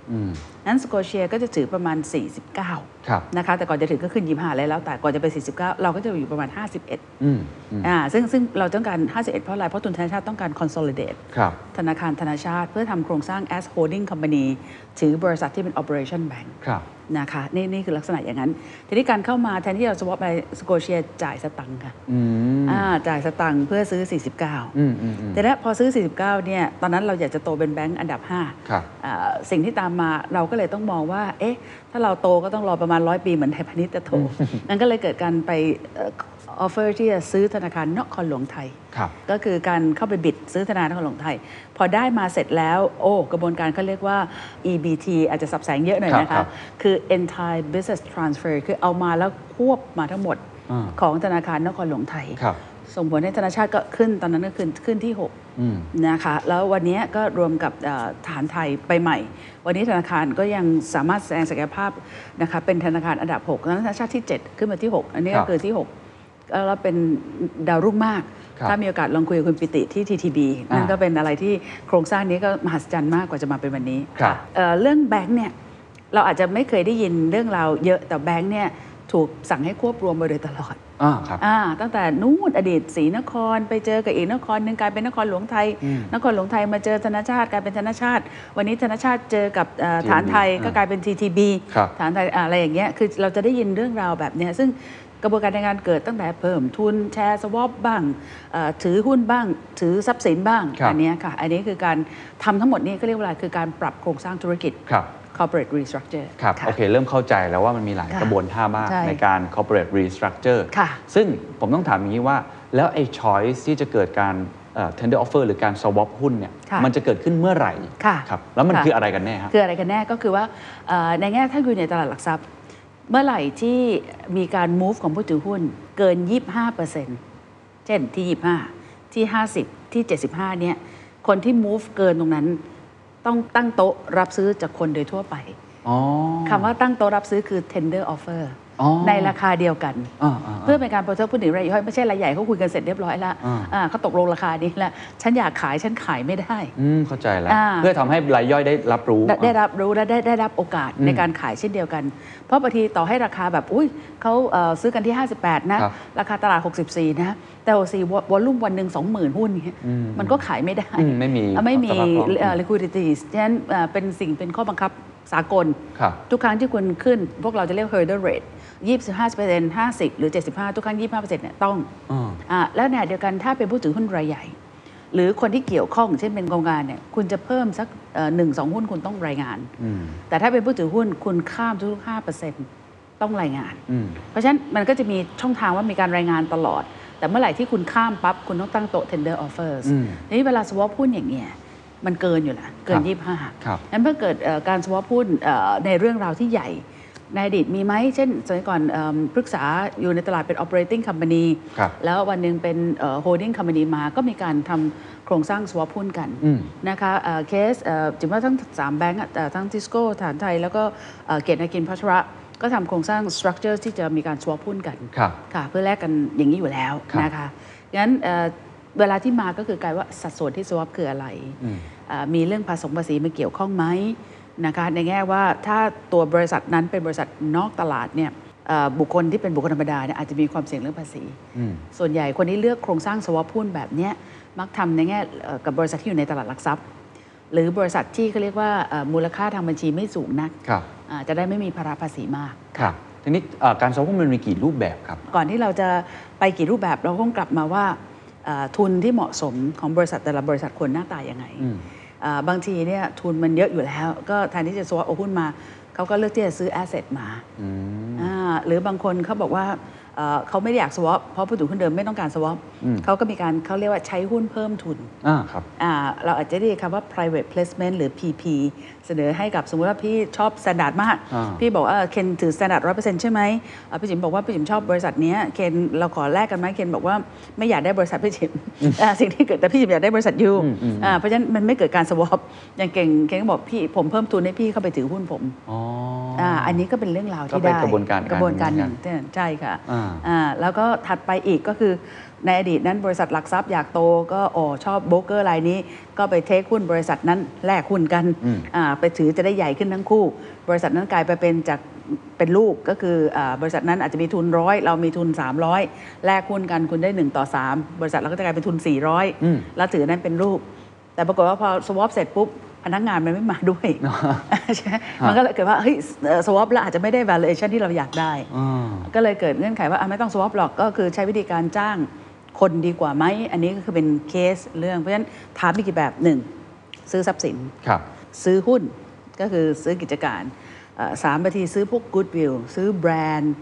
[SPEAKER 2] นั้นสโกเชียก็จะถือประมาณ 49
[SPEAKER 1] ครับ
[SPEAKER 2] นะคะแต่ก่อนจะถึงก็ขึ้นยี่ห้าเลยแล้วแต่ก่อนจะไป 49 เราก็จะอยู่ประมาณ 51
[SPEAKER 1] อืมอืม
[SPEAKER 2] อ่าซึ่งซึ่งเราต้องการ 51 เพราะอะไร เพราะทุนธนาชาติต้องการ consolidate
[SPEAKER 1] ครับ
[SPEAKER 2] ธนาคารธนาชาติเพื่อทำโครงสร้าง as holding company ถือบริษัทที่เป็น operation bank
[SPEAKER 1] ครับ
[SPEAKER 2] นะคะนี่นี่คือลักษณะอย่างนั้น ทีนี้การเข้ามาแทนที่เราสวอปไปสโกเชียจ่ายสตังค์ค่ะอ่าจ่ายสตังค์เพื่อซื้อ 49
[SPEAKER 1] อืมอืมอืม
[SPEAKER 2] แต่แล้วพอซื้อ 49 เนี่ย ตอนนั้นเราอยากจะโตเป็นแบงก์อันดับ5
[SPEAKER 1] ครับ
[SPEAKER 2] สิ่งที่ตามมาเราก็เลยต้องมองว่า เอ๊ะ ถ้าเราโตก็ต้องรอประมาณร้อยปีเหมือนไทยพาณิชย์จะโต นั่นก็เลยเกิดการไปเออฟเฟอร์ที่จะซื้อธนาคารนครหลวงไทย
[SPEAKER 1] ครับ
[SPEAKER 2] ก็คือการเข้าไปบิดซื้อธนาคารนครหลวงไทย พอได้มาเสร็จแล้ว โอ้ กระบวนการเขาเรียกว่า EBT อาจจะสับแสงเยอะหน่อยนะ
[SPEAKER 1] ครั
[SPEAKER 2] คะ
[SPEAKER 1] บ
[SPEAKER 2] คือ entire business transfer คือเอามาแล้วควบมาทั้งหมดของธนาคารนครหลวงไทย
[SPEAKER 1] ครับ
[SPEAKER 2] ส่งผลให้ธนาชาติก็ขึ้นตอนนั้นก็ขึ้นขึ้นที่6นะคะ แล้ววันนี้ก็รวมกับเอ่อฐานไทยไปใหม่ วันนี้ธนาคารก็ยังสามารถแสดงศักยภาพนะคะเป็นธนาคารอันดับ6แล้วธนาชาติที่ 7 ขึ้นมาที่ 6 อันนี้
[SPEAKER 1] ครั
[SPEAKER 2] ก็
[SPEAKER 1] บ
[SPEAKER 2] คือที่ 6 แล้วเป็นดาวรุ่งมาก
[SPEAKER 1] ครับ
[SPEAKER 2] ถ้ามีโอกาสลองคุยกับคุณปิติที่ TTB
[SPEAKER 1] อ่านั่
[SPEAKER 2] นั่นก็เป็นอะไรที่โครงสร้างนี้ก็มหัศจรรย์มากกว่าจะมาเป็นวันนี้
[SPEAKER 1] ครับ
[SPEAKER 2] เอ่อเรื่องแบงค์เนี่ยเราอาจจะไม่เคยได้ยินเรื่องราวเยอะแต่แบงค์เนี่ยถูกสั่งให้ควบรวมมาโดยตลอด
[SPEAKER 1] อ่าครับ
[SPEAKER 2] อ่าตั้งแต่นู่นอดีตศรีนครไปเจอกับอีกนครหนึ่งกลายเป็นนครหลวงไทย นครหลวงไทยมาเจอธนชาติกลายเป็นธนชาติ วันนี้ธนชาติเจอกับเอ่อ
[SPEAKER 1] TTB
[SPEAKER 2] ฐานไทยก็
[SPEAKER 1] อ่าก
[SPEAKER 2] ลายเป็น TTB
[SPEAKER 1] ครับ
[SPEAKER 2] ฐานไทยอ่าอะไรอย่างเงี้ยคือเราจะได้ยินเรื่องราวแบบเนี้ยซึ่งกระบวนการในการเกิดตั้งแต่เพิ่มทุนแชร์สวอปบ้างเอ่อถือหุ้นบ้าง ถือทรัพย์สินบ้าง
[SPEAKER 1] ครับ
[SPEAKER 2] อัเนี้ยค่ะอันนี้คือการทำทั้งหมดนี้ก็เรียกว่าอะไรคือการปรับโครงสร้างธุรกิจ
[SPEAKER 1] ครับ
[SPEAKER 2] corporate restructure
[SPEAKER 1] ครับ
[SPEAKER 2] ะ
[SPEAKER 1] โอเค เริ่มเข้าใจแล้วว่ามันมีหลาย
[SPEAKER 2] ค่ะ
[SPEAKER 1] กระบวนท่ามาก
[SPEAKER 2] ใช่
[SPEAKER 1] ในการ corporate restructure
[SPEAKER 2] ค่ะ
[SPEAKER 1] ซึ่งผมต้องถามอย่างนี้ว่า แล้วไอ้ choice ที่จะเกิดการเอ่อ tender offer หรือการ swap หุ้นเนี่ยมันจะเกิดขึ้นเมื่อไหร่
[SPEAKER 2] ค่ะ
[SPEAKER 1] ครับแล้วมัน
[SPEAKER 2] ค่ะ
[SPEAKER 1] คืออะไรกันแน่ครับ
[SPEAKER 2] คืออะไรกันแน่ก็คือว่าเอ่อในแง่ถ้าอยู่ในตลาดหลักทรัพย์ เมื่อไหร่ที่มีการ move ของผู้ถือหุ้นเกิน 25%เช่นที่ 25 ที่ 50 ที่ 75 เนี่ย คนที่ move เกินตรงนั้น ต้องตั้งโต๊ะรับซื้อจากคนโดยทั่วไป
[SPEAKER 1] อ๋อ
[SPEAKER 2] คำว่าตั้งโต๊ะรับซื้อคือ tender offer
[SPEAKER 1] อ๋อ
[SPEAKER 2] ในราคาเดียวกัน
[SPEAKER 1] อ่าอ่า
[SPEAKER 2] เพื่อเป็นการโปรโมทผู้ถือรายย่อยไม่ใช่รายใหญ่เขาคุยกันเสร็จเรียบร้อยแล้ว
[SPEAKER 1] อ่า
[SPEAKER 2] อ่าเขาตกลงราคานี้แล้วฉันอยากขายฉันขายไม่ได้
[SPEAKER 1] อืมเข้าใจแล้ว
[SPEAKER 2] อ่า
[SPEAKER 1] เพื่อทำให้รายย่อยได้รับรู้
[SPEAKER 2] ได้ได้รับรู้และได้ได้รับโอกาส
[SPEAKER 1] อืม
[SPEAKER 2] ในการขายเช่นเดียวกัน เพราะบางทีต่อให้ราคาแบบ อุ้ยเขาเอ่อซื้อกันที่ 58 นะ
[SPEAKER 1] ครับ
[SPEAKER 2] ราคาตลาด 64 นะ แต่ 64วอวอลลุ่มวันหนึ่ง20,000 หุ้นเนี่ยมันก็ขายไม่ได้
[SPEAKER 1] อืมไม่มี
[SPEAKER 2] อ่ะไม่มี
[SPEAKER 1] สภาพคล่อง
[SPEAKER 2] เอ่อ liquidity ฉะนั้นเอ่อเป็นสิ่งเป็นข้อบังคับสากล
[SPEAKER 1] ครับ
[SPEAKER 2] ทุกครั้งที่คุณขึ้น พวกเราจะเรียก hurdle rate 25% 50 หรือ 75 ทุกครั้ง 25%เนี่ยต้อง
[SPEAKER 1] อ่า
[SPEAKER 2] อ่าแล้วเนี่ยเดียวกันถ้าเป็นผู้ถือหุ้นรายใหญ่ หรือคนที่เกี่ยวข้องเช่นเป็นกองงานเนี่ยคุณจะเพิ่มสักเอ่อหนึ่งสองหุ้นคุณต้องรายงาน
[SPEAKER 1] อืม
[SPEAKER 2] แต่ถ้าเป็นผู้ถือหุ้นคุณข้ามทุกๆ5%ต้องรายงาน
[SPEAKER 1] อืม
[SPEAKER 2] เพราะฉะนั้นมันก็จะมีช่องทางว่ามีการรายงานตลอด แต่เมื่อไหร่ที่คุณข้ามปั๊บ คุณต้องตั้งโต๊ะ tender offers
[SPEAKER 1] อืม
[SPEAKER 2] ทีนี้เวลา swap หุ้นอย่างเงี้ยมันเกินอยู่ละเกิ
[SPEAKER 1] ค
[SPEAKER 2] น
[SPEAKER 1] รับ
[SPEAKER 2] 25
[SPEAKER 1] ครับ
[SPEAKER 2] งั้นเมื่อเกิดเอ่อการ swap หุ้นเอ่อในเรื่องราวที่ใหญ่ ในอดีตมีไหม เช่นสมัยก่อนเอิ่มปรึกษาอยู่ในตลาดเป็น operating company
[SPEAKER 1] ครับ
[SPEAKER 2] แล้ววันหนึ่งเป็นเอ่อ holding company มาก็มีการทำโครงสร้าง swap หุ้นกัน
[SPEAKER 1] อืม
[SPEAKER 2] นะคะเอ่อเคสเอ่อจิมว่าทั้ง 3 แบงก์อะเอ่อทั้งทิสโก้ฐานไทย แล้วก็เอ่อเกียรตินากินพัชระ ก็ทำโครงสร้าง structure ที่จะมีการ swap หุ้นกัน
[SPEAKER 1] ครับ
[SPEAKER 2] ค่ะเพื่อแลกกันอย่างนี้อยู่แล้ว
[SPEAKER 1] ครับ
[SPEAKER 2] นะคะงั้นเอ่อเวลาที่มาก็คือกลายว่าสัดส่วนที่สวอปคืออะไร
[SPEAKER 1] อืม
[SPEAKER 2] เอ่อมีเรื่องภาษีภาษีมาเกี่ยวข้องไหมนะคะในแง่ว่าถ้าตัวบริษัทนั้นเป็นบริษัทนอกตลาดเนี่ยเอ่อบุคคลที่เป็นบุคคลธรรมดาเนี่ยอาจจะมีความเสี่ยงเรื่องภาษี
[SPEAKER 1] อืม
[SPEAKER 2] ส่วนใหญ่คนที่เลือกโครงสร้างสวอปหุ้นแบบเนี้ยมักทำในแง่เอ่อกับบริษัทที่อยู่ในตลาดหลักทรัพย์ หรือบริษัทที่เขาเรียกว่าเอ่อมูลค่าทางบัญชีไม่สูงนัก
[SPEAKER 1] ครับ
[SPEAKER 2] อ่าจะได้ไม่มีภาระภาษีมาก
[SPEAKER 1] ครับ ทีนี้เอ่อการสวอปมันมีกี่รูปแบบครับ
[SPEAKER 2] ก่อนที่เราจะไปกี่รูปแบบเราคงกลับมาว่าเอ่อทุนที่เหมาะสมของบริษัทแต่ละบริษัทควรหน้าตายังไงเอ่อบางทีเนี่ยทุนมันเยอะอยู่แล้ว ก็แทนที่จะสวอปเอาหุ้นมา เขาก็เลือกที่จะซื้อแอสเซทมาอ่าหรือบางคนเขาบอกว่าเอ่อเขาไม่ได้อยากสวอปเพราะผู้ถือหุ้นเดิมไม่ต้องการสวอปเขาก็มีการเขาเรียกว่าใช้หุ้นเพิ่มทุน
[SPEAKER 1] อ่า ครับ
[SPEAKER 2] อ่าเราอาจจะเรียกคำว่า private placement หรือ PP เสนอให้กับสมมติว่าพี่ชอบ standard มาก
[SPEAKER 1] อ่า
[SPEAKER 2] พี่บอกว่าเออเคนถือ standard ร้อยเปอร์เซ็นต์ใช่ไหมอ่าพี่จิมบอกว่าพี่จิมชอบบริษัทเนี้ยเคนเราขอแลกกันไหมเคนบอกว่าไม่อยากได้บริษัทพี่ จิมอ่าสิ่งที่เกิดแต่พี่จิมอยากได้บริษัทยูอ่าเพราะฉะนั้นมันไม่เกิดการ swap อย่างเก่งเคนก็บอกพี่ผมเพิ่มทุนให้พี่เข้าไปถือหุ้นผมอ่าอันนี้ก็เป็นเรื่องราวที่
[SPEAKER 1] ก็เป็น
[SPEAKER 2] ได้
[SPEAKER 1] กระบวนการการ
[SPEAKER 2] กระบวนการห
[SPEAKER 1] เงิ
[SPEAKER 2] นึ่
[SPEAKER 1] น
[SPEAKER 2] งใช่ค่ะ
[SPEAKER 1] อ่า
[SPEAKER 2] อ่าแล้วก็ถัดไปอีกก็คือในอดีตนั้นบริษัทหลักทรัพย์อยากโตก็อ๋อชอบโบรกเกอร์รายนี้ ก็ไปเทคหุ้นบริษัทนั้นแลกหุ้นกันอ่าไปถือจะได้ใหญ่ขึ้นทั้งคู่ บริษัทนั้นกลายไปเป็นจากเป็นลูกก็คืออาบริษัทนั้นอาจจะมีทุนร้อยเรามีทุน 300 แลกหุ้นกันคุณได้ 1 ต่อ 3 บริษัทเราก็จะกลายเป็นทุน 400 แล้วถือนั้นเป็นลูก แต่ปรากฏว่าพอสวอปเสร็จปุ๊บพนักงานมันไม่มา ด้วยใช่ไหมมันก็เลยเกิดว่าเฮ้ยสวอปแล้วอาจจะไม่ได้ valuation ที่เราอยากได้ ก็เลยเกิดเงื่อนไขว่าอ่ะไม่ต้องสวอปหรอกก็คือใช้วิธีการจ้างคนดีกว่าไหม อันนี้ก็คือเป็นเคสเรื่อง เพราะฉะนั้นถามมีกี่แบบหนึ่งซื้อทรัพย์สิน
[SPEAKER 1] ครับ
[SPEAKER 2] ซื้อหุ้นก็คือซื้อกิจการเอ่อสามบางทีซื้อพวก Goodwill ซื้อแบรนด์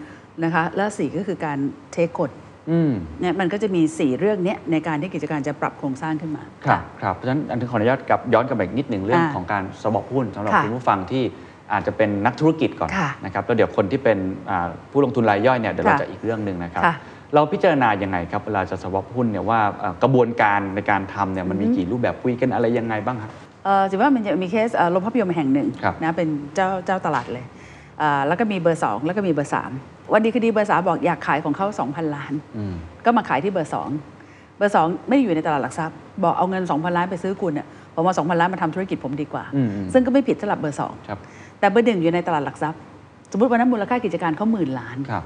[SPEAKER 2] นะคะและสี่ก็คือการเทคกฎ
[SPEAKER 1] อืม
[SPEAKER 2] เนี่ยมันก็จะมี 4 เรื่องเนี้ยในการที่กิจการจะปรับโครงสร้างขึ้นมา
[SPEAKER 1] ครับ ครับ เพราะฉะนั้นอันนี้ขออนุญาตกลับย้อนกลับไปอีกนิดหนึ่งเรื่อง
[SPEAKER 2] อ่า
[SPEAKER 1] ของการสวอปหุ้นสำหรับ
[SPEAKER 2] ค่ะ
[SPEAKER 1] คุณผู้ฟังที่อาจจะเป็นนักธุรกิจก่อน
[SPEAKER 2] ค่ะ
[SPEAKER 1] นะครับแล้วเดี๋ยวคนที่เป็นอ่าผู้ลงทุนรายย่อยเนี่ยเดี๋ยวเรา
[SPEAKER 2] ค่ะ
[SPEAKER 1] จะอีกเรื่องหนึ่งนะครับ
[SPEAKER 2] ค่ะ
[SPEAKER 1] เราพิจารณายังไงครับเวลาจะสวอปหุ้นเนี่ยว่าเอ่อกระบวนการในการทำเนี่ยมันมีกี่รูปแบบคุยกันอะไรยังไงบ้างครับ
[SPEAKER 2] เออถือว่ามันจะมีเคสเอ่อโรงภาพยนตร์แห่งหนึ่ง
[SPEAKER 1] ครับ
[SPEAKER 2] นะเป็นเจ้าเจ้าตลาดเลยเอ่อแล้วก็มีเบอร์ 2 แล้วก็มีเบอร์ 3 วันดีคือดีเบอร์ 3 บอกอยากขายของเขา 2,000 ล้าน ก็มาขายที่เบอร์ 2 เบอร์ 2 ไม่ได้อยู่ในตลาดหลักทรัพย์ บอกเอาเงิน 2,000 ล้านไปซื้อคุณเนี่ยผมเอา2,000 ล้านมาทำธุรกิจผมดีกว่า
[SPEAKER 1] อืมอืม
[SPEAKER 2] ซึ่งก็ไม่ผิดสำหรับเบอร์ 2
[SPEAKER 1] ครับ
[SPEAKER 2] แต่เบอร์หนึ่งอยู่ในตลาดหลักทรัพย์ สมมติวันนั้นมูลค่ากิจการเขาหมื่นล้าน
[SPEAKER 1] ครับ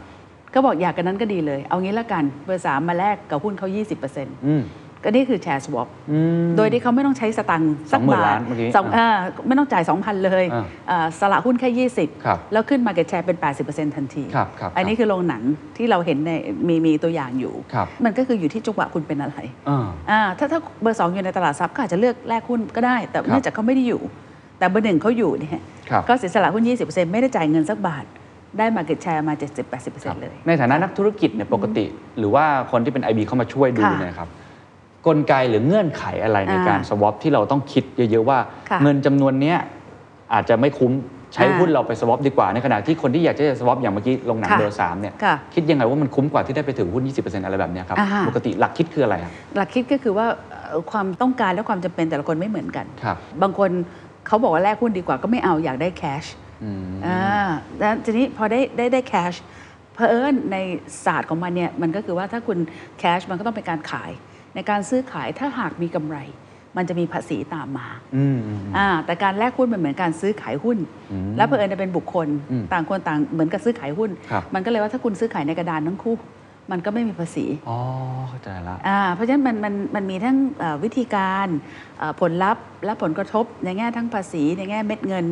[SPEAKER 2] ก็บอกอยากกันนั้นก็ดีเลย เอางี้ละกันเบอร์สามมาแลกกับหุ้นเขา
[SPEAKER 1] อืม
[SPEAKER 2] 20%ก็นี่คือแชร์สวอป
[SPEAKER 1] ม
[SPEAKER 2] โดยที่เขาไม่ต้องใช้สตังค์สัก
[SPEAKER 1] 20,000
[SPEAKER 2] บา
[SPEAKER 1] ล้า
[SPEAKER 2] ท
[SPEAKER 1] นเมื่อกี้
[SPEAKER 2] สองเอ่อไม่ต้องจ่าย 2,000 เลย
[SPEAKER 1] อ่า
[SPEAKER 2] เอ่อสละหุ้นแค่
[SPEAKER 1] ครับ
[SPEAKER 2] 20 แล้วขึ้นมาเก็ตแชร์เป็น 80%ทันที
[SPEAKER 1] ครับครับ
[SPEAKER 2] อันนี้คือโรงหนังที่เราเห็นในมีมีตัวอย่างอยู่
[SPEAKER 1] ครับ
[SPEAKER 2] มันก็คืออยู่ที่จังหวะคุณเป็นอะไร
[SPEAKER 1] อ่า
[SPEAKER 2] อ่าถ้าถ้าเบอร์สองอยู่ในตลาดทรัพย์ก็อาจจะเลือกแลกหุ้นก็ได้ แต่
[SPEAKER 1] ครับ
[SPEAKER 2] เนื่องจากเขาไม่ได้อยู่ แต่เบอร์หนึ่งเขาอยู่เนี่ย
[SPEAKER 1] ครับ
[SPEAKER 2] ก็เสียสละหุ้น 20%ไม่ได้จ่ายเงินสักบาท ได้ market share มา 70-80%เลย
[SPEAKER 1] ในฐานะนักธุรกิจเนี่ยปกติ หรือว่าคนที่เป็น IB เข้ามาช่วยดู
[SPEAKER 2] ค่ะ
[SPEAKER 1] เนี่ยครับกลไกหรือเงื่อนไขอะไรใน
[SPEAKER 2] อ่า
[SPEAKER 1] การสวอปที่เราต้องคิดเยอะ ๆ ว่า
[SPEAKER 2] ค่ะ
[SPEAKER 1] เงินจำนวนเนี้ยอาจจะไม่คุ้มใช้
[SPEAKER 2] อ่า
[SPEAKER 1] หุ้นเราไปสวอปดีกว่าในขณะที่คนที่อยากจะสวอปอย่างเมื่อกี้ลงหนัง
[SPEAKER 2] ค่ะ
[SPEAKER 1] เบอร์สามเนี่ย
[SPEAKER 2] ค่ะ
[SPEAKER 1] คิดยังไงว่ามันคุ้มกว่าที่ได้ไปถือหุ้น 20%อะไรแบบเนี้ยครับ
[SPEAKER 2] อ่า
[SPEAKER 1] ปกติหลักคิดคืออะไรครับ
[SPEAKER 2] หลักคิดก็คือว่าเอ่อความต้องการและความจำเป็นแต่ละคนไม่เหมือนกัน
[SPEAKER 1] ครับ
[SPEAKER 2] บางคนเขาบอกว่าแลกหุ้นดีกว่าก็ไม่เอาอยากได้แคช
[SPEAKER 1] อืม
[SPEAKER 2] อ่าแล้วทีนี้พอได้ได้ได้แคชเพอเอิญในศาสตร์ของมันเนี่ยมันก็คือว่าถ้าคุณแคชมันก็ต้องเป็นการขาย ในการซื้อขายถ้าหากมีกำไร มันจะมีภาษีตามมา
[SPEAKER 1] อืม
[SPEAKER 2] อ่าแต่การแลกหุ้นมันเหมือนการซื้อขายหุ้น และเพอเอิญจะเป็นบุคคล
[SPEAKER 1] อืม
[SPEAKER 2] ต่างคนต่างเหมือนกับซื้อขายหุ้น
[SPEAKER 1] ครับ
[SPEAKER 2] มันก็เลยว่าถ้าคุณซื้อขายในกระดานทั้งคู่ มันก็ไม่มีภาษี
[SPEAKER 1] อ๋อเข้าใจละ
[SPEAKER 2] อ่าเพราะฉะนั้นมันมันมันมีทั้งเอ่อวิธีการเอ่อผลลัพธ์และผลกระทบในแง่ทั้งภาษี ในแง่เม็ดเงิน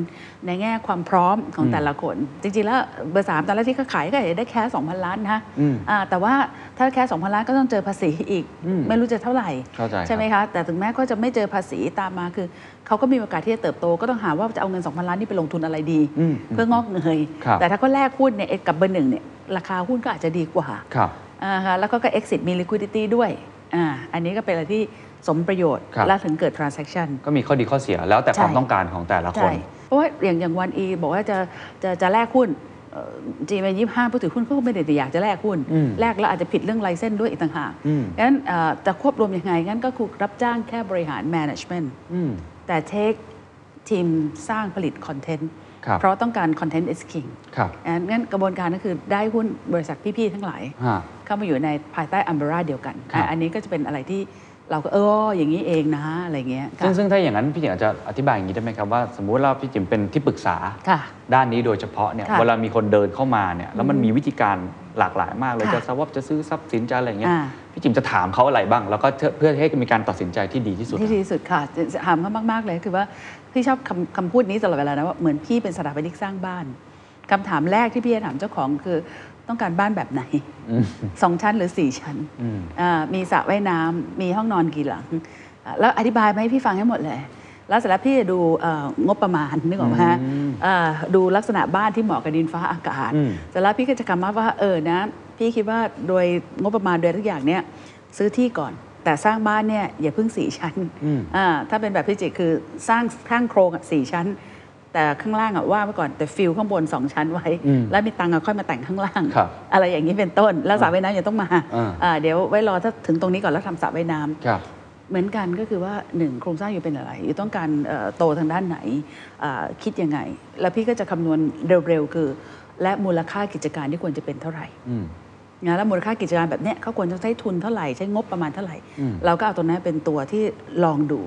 [SPEAKER 2] ในแง่ความพร้อมของแต่ละคน จริงๆ แล้วเบอร์สามตอนแรกที่เขาขายก็ได้แค่ 2,000 ล้านนะฮะ
[SPEAKER 1] อืม
[SPEAKER 2] อ่าแต่ว่าถ้าแค่ 2,000 ล้านก็ต้องเจอภาษีอีก
[SPEAKER 1] อืม
[SPEAKER 2] ไม่รู้จะเท่าไหร่
[SPEAKER 1] เข้าใจ
[SPEAKER 2] ไหมคะ แต่ถึงแม้ก็จะไม่เจอภาษีตามมาคือเขาก็มีโอกาสที่จะเติบโตก็ต้องหาว่าจะเอาเงิน 2,000 ล้านนี่ไปลงทุนอะไรดี
[SPEAKER 1] อืม
[SPEAKER 2] เพื่องอกเงย
[SPEAKER 1] ครับ
[SPEAKER 2] แต่ถ้าก็แลกหุ้นเนี่ยกับเบอร์หนึ่งเนี่ยราคาหุ้นก็อาจจะดีกว่า
[SPEAKER 1] ครับ
[SPEAKER 2] อ่าฮะแล้วก็ก็ exit มี liquidity ด้วยอ่าอันนี้ก็เป็นอะไรที่สมประโยชน์
[SPEAKER 1] ครับ
[SPEAKER 2] และถึงเกิด transaction
[SPEAKER 1] ก็มีข้อดีข้อเสียแล้วแต่ความ
[SPEAKER 2] ใช่
[SPEAKER 1] ต้องการของแต่ละค
[SPEAKER 2] ใช่
[SPEAKER 1] น
[SPEAKER 2] เพราะว่าอย่างอย่างวันอีบอกว่าจะจะจะแลกหุ้นจีเอ็นยี่ห้าผู้ถือหุ้นเขาก็ไม่ได้อยากจะแลกหุ้น
[SPEAKER 1] อืม
[SPEAKER 2] แลกแล้วอาจจะผิดเรื่องไลเส้นด้วยอีกต่างหาก
[SPEAKER 1] อืม
[SPEAKER 2] งั้นเอ่อจะควบรวมยังไง งั้นก็คือรับจ้างแค่บริหาร management
[SPEAKER 1] อืม
[SPEAKER 2] แต่เทคทีมสร้างผลิตคอนเทนต์
[SPEAKER 1] ครับ
[SPEAKER 2] เพราะต้องการ content is king
[SPEAKER 1] ครับ
[SPEAKER 2] งั้นกระบวนการก็คือได้หุ้นบริษัทพี่ๆทั้งหลาย
[SPEAKER 1] ฮะ
[SPEAKER 2] เข้ามาอยู่ในภายใต้อัมเบร่าเดียวกัน
[SPEAKER 1] ครับ
[SPEAKER 2] อ่ะอันนี้ก็จะเป็นอะไรที่เราก็เอออย่างนี้เองนะอะไรเงี้ยค่ะ
[SPEAKER 1] ซึ่งซึ่งถ้าอย่างนั้นพี่จิ๋มอาจจะอธิบายอย่างนี้ได้ไหมครับว่าสมมุติเราพี่จิ๋มเป็นที่ปรึกษา
[SPEAKER 2] ค่ะ
[SPEAKER 1] ด้านนี้โดยเฉพาะเนี่ย
[SPEAKER 2] ค่ะ
[SPEAKER 1] เวลามีคนเดินเข้ามาเนี่ยแล้วมันมีวิธีการหลากหลายมากเลย
[SPEAKER 2] ค่ะ
[SPEAKER 1] จะสวอปจะซื้อทรัพย์สินจะอะไรอย่างเงี้ย
[SPEAKER 2] อ่า
[SPEAKER 1] พี่จิ๋มจะถามเขาอะไรบ้าง แล้วก็เพื่อเพื่อให้มีการตัดสินใจที่ดีที่สุด
[SPEAKER 2] ที่ดีที่สุดค่ะจะถามเขามาก ๆ เลยคือว่า พี่ชอบคำคำพูดนี้ตลอดเวลานะว่าเหมือนพี่เป็นสถาปนิกสร้างบ้านคำถามแรกที่พี่จะถามเจ้าของคือต้องการบ้านแบบไหนสองชั้นหรือสี่ชั้นอ่ามีสระว่ายน้ำมีห้องนอนกี่หลังอ่าแล้วอธิบายมาให้พี่ฟังให้หมดเลย แล้วเสร็จแล้วพี่จะดูเอ่องบประมาณนึกออกไหมฮะอ่าดูลักษณะบ้านที่เหมาะกับดินฟ้าอากาศ
[SPEAKER 1] อืม
[SPEAKER 2] เสร็จแล้วพี่ก็จะกำมาว่าเออนะ พี่คิดว่าโดยงบประมาณโดยทุกอย่างเนี่ยซื้อที่ก่อน แต่สร้างบ้านเนี่ยอย่าเพิ่งสี่ชั้นอ่าถ้าเป็นแบบพี่จิคือสร้างข้างโครงอะสี่ชั้น แต่ข้างล่างอะว่าไว้ก่อนแต่ฟิลข้างบนสองชั้นไว้ แล้วมีตังค์อะค่อยมาแต่งข้างล่าง
[SPEAKER 1] ครับ
[SPEAKER 2] อะไรอย่างนี้เป็นต้น แล้วสระว่ายน้ำอย่าต้องมา
[SPEAKER 1] อ่า
[SPEAKER 2] อ่าเดี๋ยวไว้รอถ้าถึงตรงนี้ก่อนแล้วทำสระว่ายน้ำ
[SPEAKER 1] ครับ
[SPEAKER 2] เหมือนกันก็คือว่าหนึ่งโครงสร้างอยู่เป็นอะไร อยู่ต้องการเอ่อโตทางด้านไหนอ่าคิดยังไง แล้วพี่ก็จะคำนวณเร็วๆคือ และมูลค่ากิจการที่ควรจะเป็นเท่าไหร่นะแล้วมูลค่ากิจการแบบเนี้ยเขาควรจะใช้ทุนเท่าไหร่ใช้งบประมาณเท่าไหร่ เราก็เอาตัวนั้นเป็นตัวที่ลองดู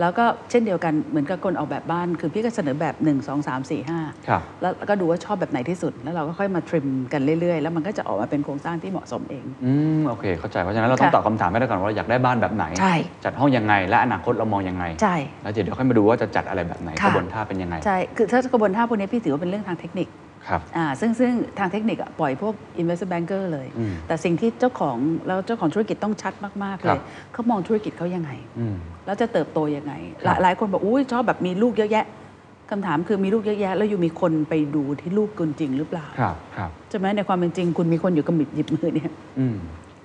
[SPEAKER 2] แล้วก็เช่นเดียวกันเหมือนกับคนออกแบบบ้าน คือพี่ก็เสนอแบบ 1 2 3 4 5
[SPEAKER 1] ครับ
[SPEAKER 2] แล้วก็ดูว่าชอบแบบไหนที่สุด แล้วเราก็ค่อยมาทริมกันเรื่อยๆ แล้วมันก็จะออกมาเป็นโครงสร้างที่เหมาะสมเอง
[SPEAKER 1] อืมโอเคเข้าใจเพราะฉะนั้นเราต้อง
[SPEAKER 2] ค่ะ
[SPEAKER 1] ตอบคำถามให้ได้ก่อนว่าเราอยากได้บ้านแบบไหน
[SPEAKER 2] ใช่
[SPEAKER 1] จัดห้องยังไง และอนาคตเรามองยังไง
[SPEAKER 2] ใช่
[SPEAKER 1] แล้วเดี๋ยวค่อยมาดูว่าจะจัดอะไรแบบไหนก
[SPEAKER 2] ค่ะ
[SPEAKER 1] ระบวนท่าเป็นยังไง
[SPEAKER 2] ใช่คือถ้ากระบวนท่าพวกนี้พี่ถือว่าเป็นเรื่องทางเทคนิค
[SPEAKER 1] ครับ
[SPEAKER 2] อ่าซึ่งซึ่งทางเทคนิคอะปล่อยพวก investment banker เลย
[SPEAKER 1] อืม
[SPEAKER 2] แต่สิ่งที่เจ้าของแล้วเจ้าของธุรกิจต้องชัดมาก
[SPEAKER 1] ค
[SPEAKER 2] ๆเล
[SPEAKER 1] รั
[SPEAKER 2] ย
[SPEAKER 1] บ
[SPEAKER 2] เขามองธุรกิจเขายังไง
[SPEAKER 1] อืม
[SPEAKER 2] แล้วจะเติบโตยังไง
[SPEAKER 1] ครับ
[SPEAKER 2] หลายคนบอกอุ้ยชอบแบบมีลูกเยอะแยะคำถามคือมีลูกเยอะแยะ แล้วอยู่มีคนไปดูที่ลูกคุณจริงหรือเปล่า
[SPEAKER 1] ครับครับ
[SPEAKER 2] ใช่ไหมในความเป็นจริงคุณมีคนอยู่กับหยิบมือเนี่ย
[SPEAKER 1] อืม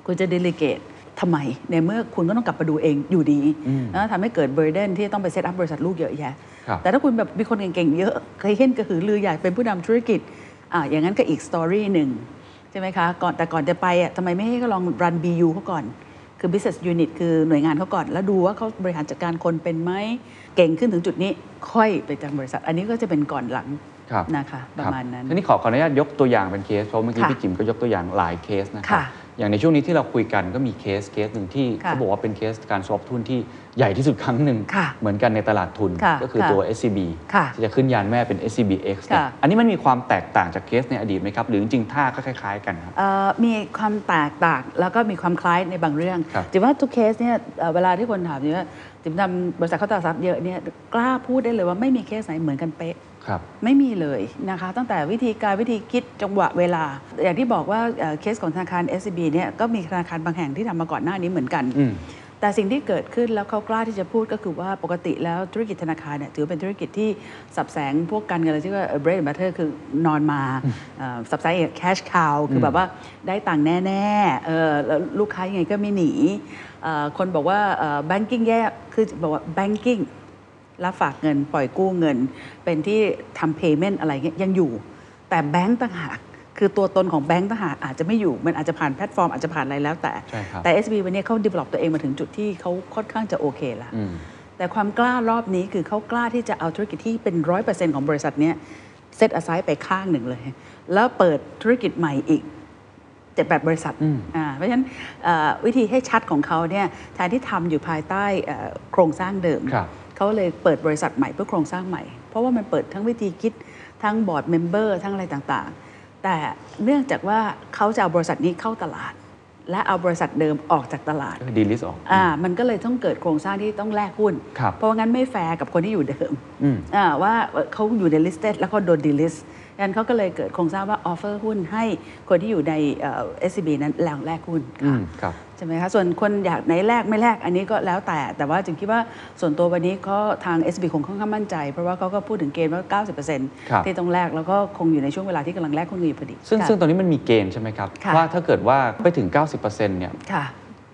[SPEAKER 2] คุณจะ delegate ทำไม ในเมื่อคุณก็ต้องกลับมาดูเองอยู่ดี
[SPEAKER 1] อืม
[SPEAKER 2] นะทำให้เกิด burden ที่ต้องไปเซตอัพบริษัทลูกเยอะแยะ
[SPEAKER 1] ครับ
[SPEAKER 2] แต่ถ้าคุณแบบมีคนเก่งๆ เยอะ เคยเห็นกระหือรืออยากเป็นผู้นำธุรกิจอ่ะอย่างนั้นก็อีกสตอรี่หนึ่งใช่ไหมคะก่อนแต่ก่อนจะไปอ่ะทำไมไม่ให้เขาลอง run BU เขาก่อน คือ business unit คือหน่วยงานเขาก่อน แล้วดูว่าเขาบริหารจัดการคนเป็นไหมเก่งขึ้นถึงจุดนี้ค่อยไปจังบริษัท อันนี้ก็จะเป็นก่อนหลัง
[SPEAKER 1] ครับ
[SPEAKER 2] นะคะประมาณนั้น
[SPEAKER 1] ทีนี้ขอขออนุญาตยกตัวอย่างเป็นเคส เพราะเมื่อกี้
[SPEAKER 2] ค่ะ
[SPEAKER 1] พี่จิ๋มก็ยกตัวอย่างหลายเคสนะครับ
[SPEAKER 2] ค่ะ
[SPEAKER 1] อย่างในช่วงนี้ที่เราคุยกันก็มีเคสเคสหนึ่งที่
[SPEAKER 2] ค่ะ
[SPEAKER 1] เขาบอกว่าเป็นเคสการสวอปทุนที่ใหญ่ที่สุดครั้งหนึ่ง
[SPEAKER 2] ค่ะ
[SPEAKER 1] เหมือนกันในตลาดทุน
[SPEAKER 2] ค่ะ
[SPEAKER 1] ก็คือตัว SCB
[SPEAKER 2] ค่ะ
[SPEAKER 1] ที่จะขึ้นยานแม่เป็น SCBX เนี่ย
[SPEAKER 2] ค่ะ
[SPEAKER 1] อันนี้มันมีความแตกต่างจากเคสในอดีตไหมครับ หรือจริงๆท่าก็คล้ายๆกันครับ
[SPEAKER 2] เอ่อมีความแตกต่างแล้วก็มีความคล้ายในบางเรื่อง
[SPEAKER 1] ครับ
[SPEAKER 2] จิมว่าทุกเคสเนี่ยเอ่อเวลาที่คนถามจิมว่าจิมทำบริษัทเข้าตลาดทรัพย์เยอะเนี่ยกล้าพูดได้เลยว่าไม่มีเคสไหนเหมือนกันเป๊ะ
[SPEAKER 1] ครับ
[SPEAKER 2] ไม่มีเลยนะคะ ตั้งแต่วิธีการวิธีคิดจังหวะเวลา อย่างที่บอกว่าเอ่อเคสของธนาคาร SCB เนี่ยก็มีธนาคารบางแห่งที่ทำมาก่อนหน้านี้เหมือนกัน
[SPEAKER 1] อืม
[SPEAKER 2] แต่สิ่งที่เกิดขึ้นแล้วเขากล้าที่จะพูดก็คือว่าปกติแล้วธุรกิจธนาคารเนี่ยถือเป็นธุรกิจที่สับแสงพวกการเงินอะไรที่ว่า bread and butter คือนอนมาเอ่อสับแสง cash cow คือแบบว่าได้ตังค์แน่ๆเออแล้วลูกค้ายังไงก็ไม่หนีเอ่อคนบอกว่าเอ่อ banking แย่คือบอกว่า banking รับฝากเงินปล่อยกู้เงิน เป็นที่ทำ payment อะไรเงี้ยยังอยู่ แต่แบงก์ต่างหาก คือตัวตนของแบงก์ต่างหากอาจจะไม่อยู่ มันอาจจะผ่านแพลตฟอร์ม อาจจะผ่านอะไรแล้วแต่
[SPEAKER 1] ใช่ครับ
[SPEAKER 2] แต่ SB วันนี้เขา develop ตัวเองมาถึงจุดที่เขาค่อนข้างจะโอเคละ
[SPEAKER 1] อืม
[SPEAKER 2] แต่ความกล้ารอบนี้คือเขากล้าที่จะเอาธุรกิจที่เป็นร้อยเปอร์เซ็นของบริษัทเนี้ยเซตอ i d e ไปข้างหนึ่งเลย แล้วเปิดธุรกิจใหม่อีกเจ็ดแปดบริษัทอ่าเพราะฉะนั้นเอ่อวิธีให้ชัดของเขาเนี่ยแทนที่ทำอยู่ภายใต้เอ่อโครงสร้างเดิม
[SPEAKER 1] ครับ
[SPEAKER 2] เขาเลยเปิดบริษัทใหม่เพื่อโครงสร้างใหม่ เพราะว่ามันเปิดทั้งวิธีคิดทั้งบอร์ดเมมเบอร์ทั้งอะไรต่างๆ แต่เนื่องจากว่าเขาจะเอาบริษัทนี้เข้าตลาด และเอาบริษัทเดิมออกจากตลาด
[SPEAKER 1] ดีลิสออก
[SPEAKER 2] อ่ามันก็เลยต้องเกิดโครงสร้างที่ต้องแลกหุ้น
[SPEAKER 1] ครับ
[SPEAKER 2] เพราะว่างั้นไม่แฟร์กับคนที่อยู่เดิม
[SPEAKER 1] อืม
[SPEAKER 2] อ่าว่าเขาอยู่ใน listed แล้วก็โดน delist ดังนั้นเขาก็เลยเกิดโครงสร้างว่า offer หุ้นให้คนที่อยู่ในเอ่อ SCB นั้นแลกแลกหุ้น
[SPEAKER 1] อื
[SPEAKER 2] ค่ะ
[SPEAKER 1] มครับ
[SPEAKER 2] ใช่ไหมคะ ส่วนคนอยากไหนแลกไม่แลกอันนี้ก็แล้วแต่ แต่ว่าจึงคิดว่าส่วนตัววันนี้ก็ทาง SCB คงค่อนข้างมั่นใจ เพราะว่าเขาก็พูดถึงเกณฑ์ว่า
[SPEAKER 1] ครับ
[SPEAKER 2] 90%ที่ต้องแลกแล้วก็คงอยู่ในช่วงเวลาที่กำลังแลกหุ้นกันอยู่พอดี
[SPEAKER 1] ซึ่ง
[SPEAKER 2] ค่ะ
[SPEAKER 1] ซึ่งตอนนี้มันมีเกณฑ์ใช่ไหมครับ
[SPEAKER 2] ค่ะ
[SPEAKER 1] ว่าถ้าเกิดว่าไปถึง 90%เนี่ย
[SPEAKER 2] ค่ะ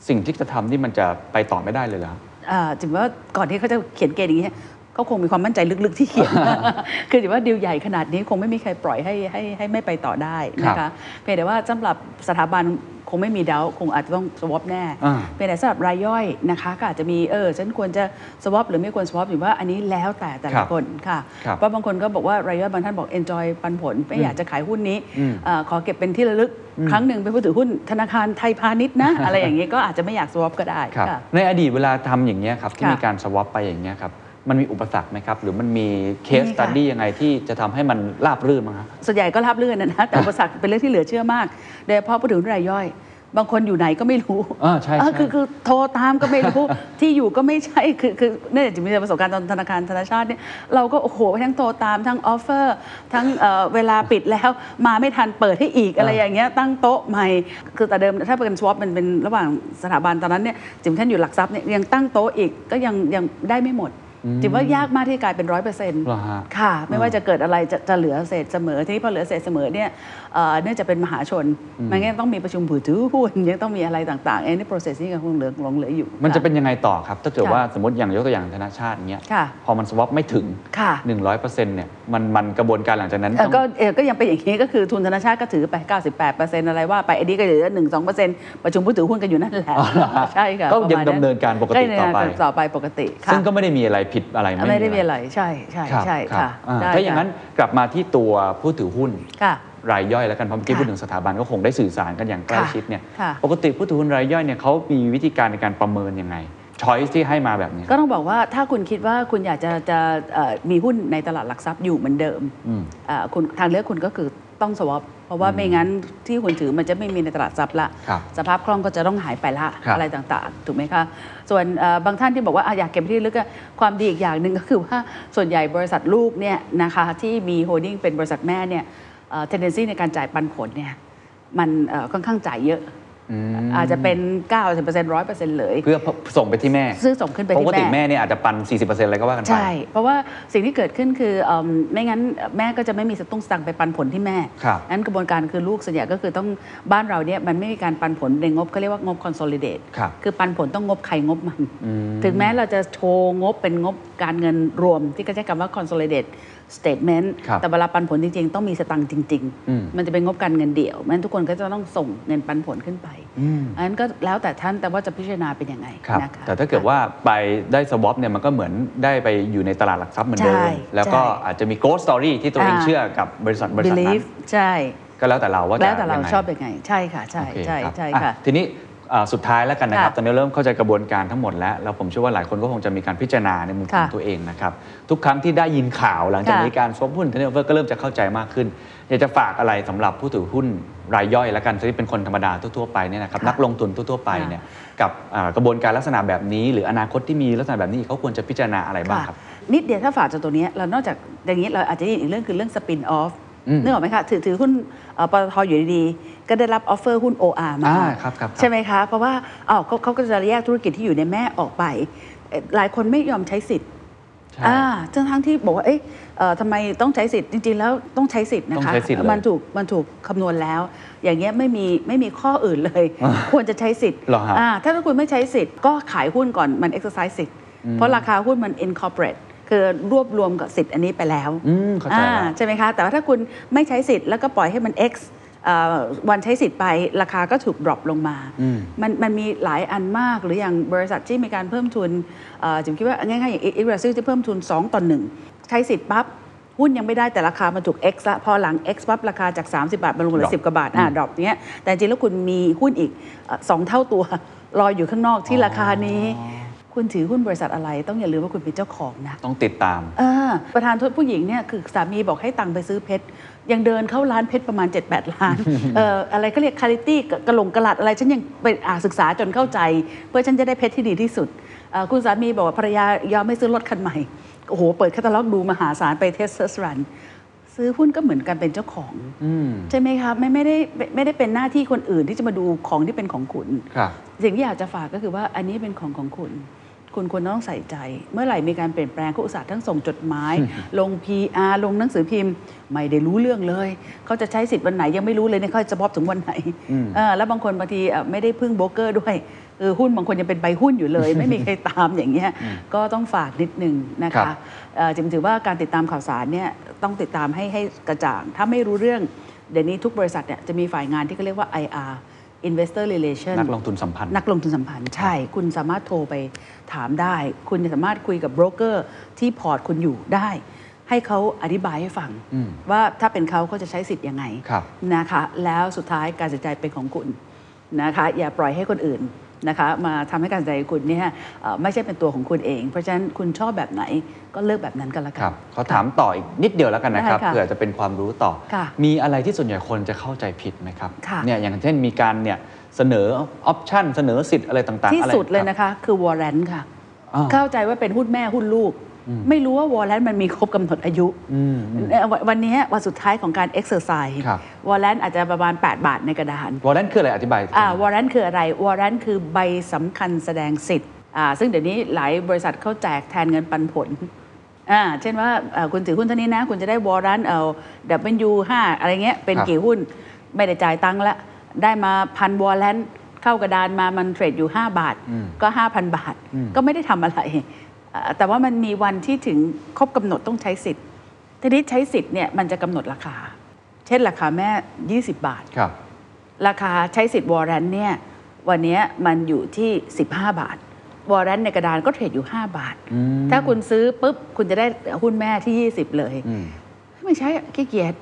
[SPEAKER 1] สิ่งที่จะทำนี่มันจะไปต่อไม่ได้เลยเหรอ
[SPEAKER 2] อ่าถึงว่าก่อนที่เขาจะเขียนเกณฑ์อย่างนี้เขาคงมีความมั่นใจลึกๆที่เขียน คือถือว่าดีลใหญ่ขนาดนี้คงไม่มีใครปล่อยให้ให้ให้ไม่ไปต่อได้นะ
[SPEAKER 1] ครั
[SPEAKER 2] คะ
[SPEAKER 1] บ
[SPEAKER 2] เพียงแต่ว่าสำหรับสถาบันคงไม่มีเดาคงอาจจะต้องสวอปแน่
[SPEAKER 1] อ่า
[SPEAKER 2] เพียงแต่สำหรับรายย่อยนะคะก็อาจจะมีเออฉันควรจะสวอปหรือไม่ควรสวอปอยู่ว่าอันนี้แล้วแต่แต่
[SPEAKER 1] ครั
[SPEAKER 2] ละ
[SPEAKER 1] บ
[SPEAKER 2] คนค่ะ
[SPEAKER 1] ครับ
[SPEAKER 2] เพราะบางคนก็บอกว่ารายย่อยบางท่านบอก enjoy ปันผลไม่อยากจะขายหุ้นนี้
[SPEAKER 1] อืม
[SPEAKER 2] เอ่อขอเก็บเป็นที่ระลึกครั้งหนึ่งเป็นผู้ถือหุ้นธนาคารไทยพาณิชย์นะ อะไรอย่างนี้ก็อาจจะไม่อยากสวอปก็ได้
[SPEAKER 1] ครับ
[SPEAKER 2] ค่ะ
[SPEAKER 1] ในอดีตเวลาทำอย่างเงี้ยครับที่
[SPEAKER 2] ค่ะ
[SPEAKER 1] มีการสวอปไปอย่างเงี้ยครับมันมีอุปสรรคไหมครับ หรือมันมีเคส
[SPEAKER 2] มีค่ะ
[SPEAKER 1] ตัดดี้ยังไงที่จะทำให้มันราบรื่นมั้งครับ
[SPEAKER 2] ส่วนใหญ่ก็ราบรื่นนะนะแต่อุปสรรคเป็นเรื่องที่เหลือเชื่อมากโดยเฉพาะผู้ถือหุ้นรายย่อย บางคนอยู่ไหนก็ไม่รู้
[SPEAKER 1] อ่าใช่ใช่
[SPEAKER 2] เคือคือโทรตามก็ไม่รู้ ที่อยู่ก็ไม่ใช่คือคือเนื่องจากมีประสบการณ์ตอนธนาคารธนาชาติเนี่ยเราก็โอ้โหทั้งโทรตามทั้งออฟเฟอร์ทั้งเอ่อเวลาปิดแล้วมาไม่ทันเปิดให้อีกอะไรอย่างเงี้ยตั้งโต๊ะใหม่คือแต่เดิมถ้าเป็นสวอปมันเป็นระหว่างสถาบันตอนนั้นเนี่ยจิมท่านอยู่หลักทรัพย์เนี่ยยังตั้งโต๊ะอีกก็ยังยังได้ไม่หมดจิมว่ายากมากที่กลายเป็นร้อยเปอร์เซ็นต์
[SPEAKER 1] เหรอฮะ
[SPEAKER 2] ค่ะ ไม่ว่าจะเกิดอะไรจะจะเหลือเศษเสมอ ทีนี้พอเหลือเศษเสมอเนี่ยเอ่อเนื่องจากเป็นมหาชน มันก็ยังต้องมีประชุมผู้ถือหุ้นยังต้องมีอะไรต่างๆเอ็นนี่ process นี่ก็คงเหลือหลงเหลืออยู่
[SPEAKER 1] มันจะเป็นยังไงต่อครับ ถ้าเกิด
[SPEAKER 2] ค่ะ
[SPEAKER 1] ว่าสมมติอย่างยกตัวอย่างธนาชาติเงี้ย
[SPEAKER 2] ค่ะ
[SPEAKER 1] พอมันสวอปไม่ถึง
[SPEAKER 2] ค่ะ
[SPEAKER 1] 100%เนี่ยมันมันกระบวนการหลังจากนั้น
[SPEAKER 2] เอ่อก็
[SPEAKER 1] ต้อง
[SPEAKER 2] เอ่อก็ยังเป็นอย่างนี้ก็คือทุนธนาชาติก็ถือไป 98%อะไรว่าไปไอ้นี่ก็เหลือ 1-2%ประชุมผู้ถือหุ้นกันอยู่นั่นแหละ
[SPEAKER 1] อ๋อเหรอฮะ
[SPEAKER 2] ใช่ค่ะ
[SPEAKER 1] ก็
[SPEAKER 2] ประมณ
[SPEAKER 1] ยังดำเนินการปกติ
[SPEAKER 2] ยังดำเนินาร
[SPEAKER 1] ต่อไป
[SPEAKER 2] ต่อไปปกติค่ะ
[SPEAKER 1] ซึ่งก็ไม่ได้มีอะไรผิดอะไร
[SPEAKER 2] ไม่ได้มีอะไรใช่ใช่
[SPEAKER 1] ครับ
[SPEAKER 2] ใช่
[SPEAKER 1] รับ
[SPEAKER 2] ค่ะ
[SPEAKER 1] อ่า
[SPEAKER 2] ได้
[SPEAKER 1] ถ้าอย่างนั้นกลับมาที่ตัวผู้ถือหุ้น
[SPEAKER 2] ค่ะ
[SPEAKER 1] รายย่อยแล้วกันเพราะเมื่อกี้
[SPEAKER 2] ค่ะ
[SPEAKER 1] พูดถึงสถาบันก็คงได้สื่อสารกันอย่างใกล้ชิดเนี่ย
[SPEAKER 2] ค่ะ
[SPEAKER 1] ปกติผู้ถือหุ้นรายย่อยเนี่ยเขามีวิธีการในการประเมินยังไงช้อยที่ให้มาแบบเนี้ย
[SPEAKER 2] ก็ต้องบอกว่าถ้าคุณคิดว่าคุณอยากจะจะเอ่อมีหุ้นในตลาดหลักทรัพย์อยู่เหมือนเดิม
[SPEAKER 1] อืม
[SPEAKER 2] เอ่อคุณทางเลือกคุณก็คือต้องสวอปเพราะว่าไม่งั้นที่คุณถือมันจะไม่มีในตลาดทรัพย์ละ
[SPEAKER 1] ครับ
[SPEAKER 2] สภาพคล่องก็จะต้องหายไปละ
[SPEAKER 1] ครับ
[SPEAKER 2] อะไรต่างๆ ถูกไหมคะ ส่วนเอ่อบางท่านที่บอกว่าอ่ะอยากเก็บไว้ที่ลึกอะความดีอีกอย่างหนึ่งก็คือว่าส่วนใหญ่บริษัทลูกเนี่ยนะคะที่มีโฮลดิ้งเป็นบริษัทแม่เนี่ยเทนเดนซีในการจ่ายปันผลเนี่ยมันเอ่อค่อนข้างจ่ายเยอะ
[SPEAKER 1] อืม
[SPEAKER 2] อาจจะเป็น 90% 100%เลย
[SPEAKER 1] เพื่อส่งไปที่แม่
[SPEAKER 2] ซื้อส่งขึ้นไปที่
[SPEAKER 1] ปกติ
[SPEAKER 2] แม่
[SPEAKER 1] แม่เนี่ยอาจจะปัน 40%อะไรก็ว่ากันไป
[SPEAKER 2] ใช่ เพราะว่าสิ่งที่เกิดขึ้นคือเอมไม่งั้นแม่ก็จะไม่มีสตุ้งสตังค์ไปปันผลที่แม่
[SPEAKER 1] ครับ
[SPEAKER 2] นั้นกระบวนการคือลูกส่วนใหญ่ก็คือต้องบ้านเราเนี่ยมันไม่มีการปันผลในงบเขาเรียกว่างบ consolidate
[SPEAKER 1] ครับ
[SPEAKER 2] คือปันผลต้องงบใครงบมัน ถึงแม้เราจะโชว์งบเป็นงบการเงินรวม ที่ก็ใช้คำว่า consolidate statement
[SPEAKER 1] ครับ
[SPEAKER 2] แต่เวลาปันผลจริง ๆ ต้องมีสตังค์จริง
[SPEAKER 1] อืม
[SPEAKER 2] ๆ มันจะเป็นงบการเงินเดี่ยวงั้นทุกคนก็จะต้องส่งเงินปันผลขึ้นไปอันนั้นก็แล้วแต่ท่านแต่ว่าจะพิจารณาเป็นยังไง
[SPEAKER 1] ครับ
[SPEAKER 2] นะคะ
[SPEAKER 1] แต่ถ้าเกิดว่าไปได้สวอปเนี่ยมันก็เหมือนได้ไปอยู่ในตลาดหลักทรัพย์เหมือนเดิม
[SPEAKER 2] ใช่
[SPEAKER 1] แล้วก็
[SPEAKER 2] ใช่
[SPEAKER 1] อาจจะมีโกลด์สตอรี่ที่ตัวเอง
[SPEAKER 2] อ่า
[SPEAKER 1] เชื่อกับบริษัทบริษัทนั้น
[SPEAKER 2] belief ใช่
[SPEAKER 1] ก็แล้วแต่เราว่าจะ
[SPEAKER 2] แล้วแต่เรา
[SPEAKER 1] ยังไง
[SPEAKER 2] ชอบยังไง ใช่ค่ะ ใช่
[SPEAKER 1] โอเค
[SPEAKER 2] ใช่
[SPEAKER 1] รับ
[SPEAKER 2] ใช่
[SPEAKER 1] อ่
[SPEAKER 2] ค่ะ
[SPEAKER 1] ทีนี้อ่าสุดท้ายแล้วกันนะครับ
[SPEAKER 2] ค่ะ
[SPEAKER 1] ตอนนี้เริ่มเข้าใจกระบวนการทั้งหมดแล้ว แล้วผมเชื่อว่าหลายคนก็คงจะมีการพิจารณาในมุมของ
[SPEAKER 2] ค่ะ
[SPEAKER 1] ตัวเองนะครับ ทุกครั้งที่ได้ยินข่าวหลังจาก
[SPEAKER 2] ค่ะ
[SPEAKER 1] มีการสวอปหุ้นเทนเนอร์เวอร์ก็เริ่มจะเข้าใจมากขึ้น อยากจะฝากอะไรสำหรับผู้ถือหุ้นรายย่อยแล้วกันที่เป็นคนธรรมดาทั่วๆไปเนี่ยนะครับนักลงทุนทั่วๆไปเนี่ยกับอ่ากระบวนการลักษณะแบบนี้ หรืออนาคตที่มีลักษณะแบบนี้เขาควรจะพิจารณาอะไรบ้างครับ
[SPEAKER 2] ค่ะนิดเดียวถ้าฝากจากตัวเนี้ยเรานอกจากอย่างนี้เราอาจจะได้ยินอีกเรื่องคือเรื่องสปินออฟ
[SPEAKER 1] อืม
[SPEAKER 2] นึกออกไหมคะถือถือหุ้นเอ่อปตทอยู่ดีๆ ก็ได้รับออฟเฟอร์หุ้น OR มา
[SPEAKER 1] อ่าครับครับครับ
[SPEAKER 2] ใช่ไหมคะเพราะว่าอ้าวเขาเขาก็จะแยกธุรกิจที่อยู่ในแม่ออกไปเอ่อหลายคนไม่ยอมใช้สิทธิ์
[SPEAKER 1] ใช่
[SPEAKER 2] อ่าทั้งทั้งที่บอกว่า เอ๊ะเอ่อทำไมต้องใช้สิทธิ์ จริง ๆ แล้วต้องใช้สิทธิ์นะ
[SPEAKER 1] ต้อง
[SPEAKER 2] คะ
[SPEAKER 1] ใช้สิทธิ์เลย
[SPEAKER 2] มันถูก มันถูกคำนวณแล้ว อย่างเงี้ยไม่มี ไม่มีข้ออื่นเลย ควรจะใช้สิทธิ์
[SPEAKER 1] เหรอฮะ
[SPEAKER 2] อ่าถ้าคุณไม่ใช้สิทธิ์ ก็ขายหุ้นก่อน มัน exercise สิทธิ์ เพราะราคาหุ้นมัน incorporate คือรวบรวมกับสิทธิ์อันนี้ไปแล้ว
[SPEAKER 1] อืมเข้าใจแล้ว
[SPEAKER 2] อ่ใช่ไหมคะ แต่ว่าถ้าคุณไม่ใช้สิทธิ์แล้วก็ปล่อยให้มัน x เอ่อวันใช้สิทธิ์ไปราคาก็ถูกดรอปลงมา มันมันมีหลายอันมากหรืออย่างบริษัทที่มีการเพิ่มทุนเอ่อจิมคิดว่าง่ายๆอย่างอีกบริษัทที่เพิ่มทุน 2 ต่อ 1 ใช้สิทธิ์ปั๊บ หุ้นยังไม่ได้แต่ราคามันถูก X ละพอหลัง X ปั๊บราคาจาก 30 บาทมันลงเหลือ
[SPEAKER 1] Drop
[SPEAKER 2] 10 กว่าบาทอ่าดรอปเนี้ยแต่จริงแล้วคุณมีหุ้นอีกเอ่อสองเท่าตัว รออยู่ข้างนอกที่ราคานี้ คุณถือหุ้นบริษัทอะไร ต้องอย่าลืมว่าคุณเป็นเจ้าของนะ
[SPEAKER 1] ต้องติดตาม
[SPEAKER 2] เออประธานโทษผู้หญิงเนี่ยคือสามีบอกให้ตังค์ไปซื้อเพชร ยังเดินเข้าร้านเพชรประมาณ 7-8 ล้าน เอ่ออะไรก็เรียกคาลิตี้กระหลงกระหลัดอะไร ฉันยังไปอ่านศึกษาจนเข้าใจ เพื่อฉันจะได้เพชรที่ดีที่สุดเอ่อคุณสามีบอกว่าภรรยายอมไม่ซื้อรถคันใหม่ โอ้โห เปิดแคตตาล็อกดูมหาศาลไปเทสเซอร์รัน ซื้อหุ้นก็เหมือนกันเป็นเจ้าของ ใช่ไหมคะไม่ไม่ได้ไม่ไม่ได้เป็นหน้าที่คนอื่นที่จะมาดูของที่เป็นของคุณ
[SPEAKER 1] ครับ
[SPEAKER 2] สิ่งที่อยากจะฝากก็คือว่าอันนี้เป็นของของคุณ คุณควรต้องใส่ใจ เมื่อไหร่มีการเปลี่ยนแปลงก็อุตส่าห์ทั้งส่งจดหมาย ลง PR ลงหนังสือพิมพ์ ไม่ได้รู้เรื่องเลย เขาจะใช้สิทธิ์วันไหนยังไม่รู้เลยเนี่ยเขาจะบอบถึงวันไหนเออแล้วบางคนบางทีเอ่อไม่ได้พึ่งโบรกเกอร์ด้วยเออหุ้นบางคนยังเป็นใบหุ้นอยู่เลย ไม่มีใครตามอย่างเงี้ยก็ต้องฝากนิดนึงนะ
[SPEAKER 1] ครั
[SPEAKER 2] คะ
[SPEAKER 1] บ
[SPEAKER 2] เอ่อจิมถือว่าการติดตามข่าวสารเนี่ยต้องติดตามให้ให้กระจ่าง ถ้าไม่รู้เรื่องเดี๋ยวนี้ทุกบริษัทเนี่ยจะมีฝ่ายงานที่เขาเรียกว่า IR Investor Relation
[SPEAKER 1] นักลงทุนสัมพันธ์
[SPEAKER 2] นักลงทุนสัมพันธ์ใช่ คุณสามารถโทรไปถามได้ คุณสามารถคุยกับโบรกเกอร์ที่พอร์ตคุณอยู่ได้ ให้เขาอธิบายให้ฟัง ว่าถ้าเป็นเขาเขาจะใช้สิทธิ์ยังไง
[SPEAKER 1] ครับ
[SPEAKER 2] นะคะ แล้วสุดท้ายการตัดสินใจเป็นของคุณนะคะ อย่าปล่อยให้คนอื่นนะคะ มาทำให้การตัดสินใจคุณเนี่ยเอ่อไม่ใช่เป็นตัวของคุณเอง เพราะฉะนั้นคุณชอบแบบไหนก็เลือกแบบนั้นก็แล้ว
[SPEAKER 1] ค
[SPEAKER 2] กั
[SPEAKER 1] รับขอถามต่ออีกนิดเดียวแล้วกันนะครับ
[SPEAKER 2] ได้ค่ะ
[SPEAKER 1] เผื่อจะเป็นความรู้ต่อ
[SPEAKER 2] ค่ะ
[SPEAKER 1] มีอะไรที่ส่วนใหญ่คนจะเข้าใจผิดไหมครับ
[SPEAKER 2] ค่ะ
[SPEAKER 1] เนี่ยอย่างเช่นมีการเนี่ยเสนอออปชันเสนอสิทธิ์อะไรต่างๆ
[SPEAKER 2] ที่
[SPEAKER 1] อะไร
[SPEAKER 2] สุดเลย
[SPEAKER 1] รับ
[SPEAKER 2] นะคะ คือวอร์เรนค่ะ
[SPEAKER 1] อ้าว
[SPEAKER 2] เข้าใจว่าเป็นหุ้นแม่หุ้นลูก ไม่รู้ว่าวอร์เรนมันมีครบกำหนดอายุเอ่อวันวันนี้วันสุดท้ายของการเอ็กซ์เซอร์ไซส์
[SPEAKER 1] ครับ
[SPEAKER 2] วอร์เรนอาจจะประมาณ 8 บาทในกระดาน
[SPEAKER 1] วอลเลนคืออะไรอธิบาย
[SPEAKER 2] อ่าวอร์เรนต์คืออะไร วอร์เรนต์คือใบสำคัญแสดงสิทธิ์อ่าซึ่งเดี๋ยวนี้หลายบริษัทเขาแจกแทนเงินปันผลอ่าเช่นว่าเอ่อคุณถือหุ้นเท่านี้นะ คุณจะได้วอร์เรนต์เอา W 5อะไรเงี้ยเป็น
[SPEAKER 1] ครับ
[SPEAKER 2] กี่หุ้นไม่ได้จ่ายตังค์ละ ได้มาพันวอร์เรนต์เข้ากระดานมามันเทรดอยู่ 5 บาท ก็ 5,000 บาท ก็ไม่ได้ทำอะไรอ่าแต่ว่ามันมีวันที่ถึงครบกำหนดต้องใช้สิทธิ์ทีนี้ใช้สิทธิ์เนี่ยมันจะกำหนดราคา เช่นราคาแม่ 20 บาท
[SPEAKER 1] ครับ
[SPEAKER 2] ราคาใช้สิทธิ์วอร์เรนต์เนี่ยวันเนี้ยมันอยู่ที่ 15 บาท วอร์เรนต์ในกระดานก็เทรดอยู่ 5 บาท ถ้าคุณซื้อปุ๊บ คุณจะได้หุ้นแม่ที่ 20 เลยไม่ใช่อะขี้เกียจ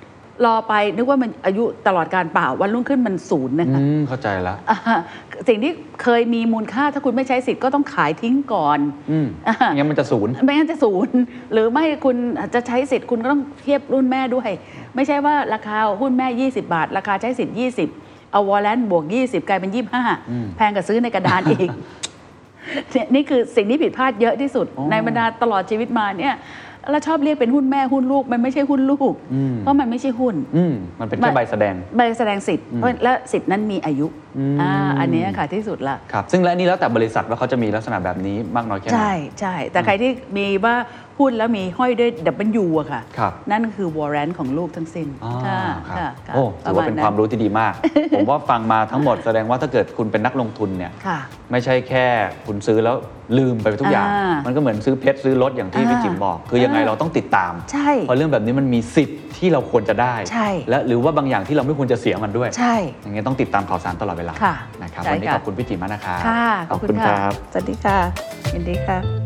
[SPEAKER 2] รอไปนึกว่ามันอายุตลอดการเปล่าวันรุ่งขึ้นมันศูนย์นะ
[SPEAKER 1] อื
[SPEAKER 2] คะ
[SPEAKER 1] มเข้าใจแล้ว
[SPEAKER 2] อ่าสิ่งที่เคยมีมูลค่าถ้าคุณไม่ใช้สิทธิ์ก็ต้องขายทิ้งก่อน
[SPEAKER 1] อืมงั้นมันจะศูนย์
[SPEAKER 2] ไม่งั้นจะศูนย์ หรือไม่คุณจะใช้สิทธิ์คุณก็ต้องเทียบรุ่นแม่ด้วย ไม่ใช่ว่าราคาหุ้นแม่ 20 บาท ราคาใช้สิทธิ์ 20 เอาวอลเลนบวก 20 กลายเป็น 25 แพงกว่าซื้อในกระดาน อีกเนี่ยนี่คือสิ่งที่ผิดพลาดเยอะที่สุด ในบรรดาตลอดชีวิตมาเนี่ยเราชอบเรียกเป็นหุ้นแม่หุ้นลูก มันไม่ใช่หุ้นลูก เพราะมันไม่ใช่หุ้น
[SPEAKER 1] อืมมันเป็นแค่ใบแสดง
[SPEAKER 2] ใบแสดงสิทธิ์เพราะและสิทธิ์นั้นมีอายุอ่าอันเนี้ยค่ะที่สุดละ
[SPEAKER 1] ครับ ซึ่งและอันนี่แล้วแต่บริษัทว่าเขาจะมีลักษณะแบบนี้มากน้อยแค่ไหน
[SPEAKER 2] ใช่ใช่แต่ใครที่มีว่าพูดแล้วมีห้อยด้วย W อะค่ะ
[SPEAKER 1] ครับ
[SPEAKER 2] นั่นคือวอร์เรนต์ของลูกทั้งสิ้น
[SPEAKER 1] อ่าครับ
[SPEAKER 2] ค่ะค่ะค่ะ
[SPEAKER 1] โอ้ถือว่าเป็นความรู้ที่ดีมาก ผมว่าฟังมาทั้งหมดแสดงว่าถ้าเกิดคุณเป็นนักลงทุนเนี่ย
[SPEAKER 2] ค่ะ
[SPEAKER 1] ไม่ใช่แค่คุณซื้อแล้วลืมไปทุกอย่าง
[SPEAKER 2] อ่ามั
[SPEAKER 1] มันก็เหมือนซื้อเพชรซื้อรถอย่างที่
[SPEAKER 2] อ่า
[SPEAKER 1] พี่จิมบอก คือยังไง
[SPEAKER 2] อ่า
[SPEAKER 1] เราต้องติดตาม
[SPEAKER 2] ใช่
[SPEAKER 1] เพราะเรื่องแบบนี้มันมีสิทธิ์ที่เราควรจะได้
[SPEAKER 2] ใช่
[SPEAKER 1] และหรือว่าบางอย่างที่เราไม่ควรจะเสียมันด้วย
[SPEAKER 2] ใช่
[SPEAKER 1] อย่างเงี้ยต้องติดตามข่าวสารตลอดเวลา
[SPEAKER 2] ค่ะ
[SPEAKER 1] นะครับ
[SPEAKER 2] ใช่
[SPEAKER 1] วันนี้
[SPEAKER 2] ค่ะ
[SPEAKER 1] ขอบคุณพี่จิมมากนะครับ
[SPEAKER 2] ค่ะ ขอบคุณ
[SPEAKER 1] ค
[SPEAKER 2] ค่ะ
[SPEAKER 1] รับ
[SPEAKER 2] สวัสดีค่ะยินดีค่ะ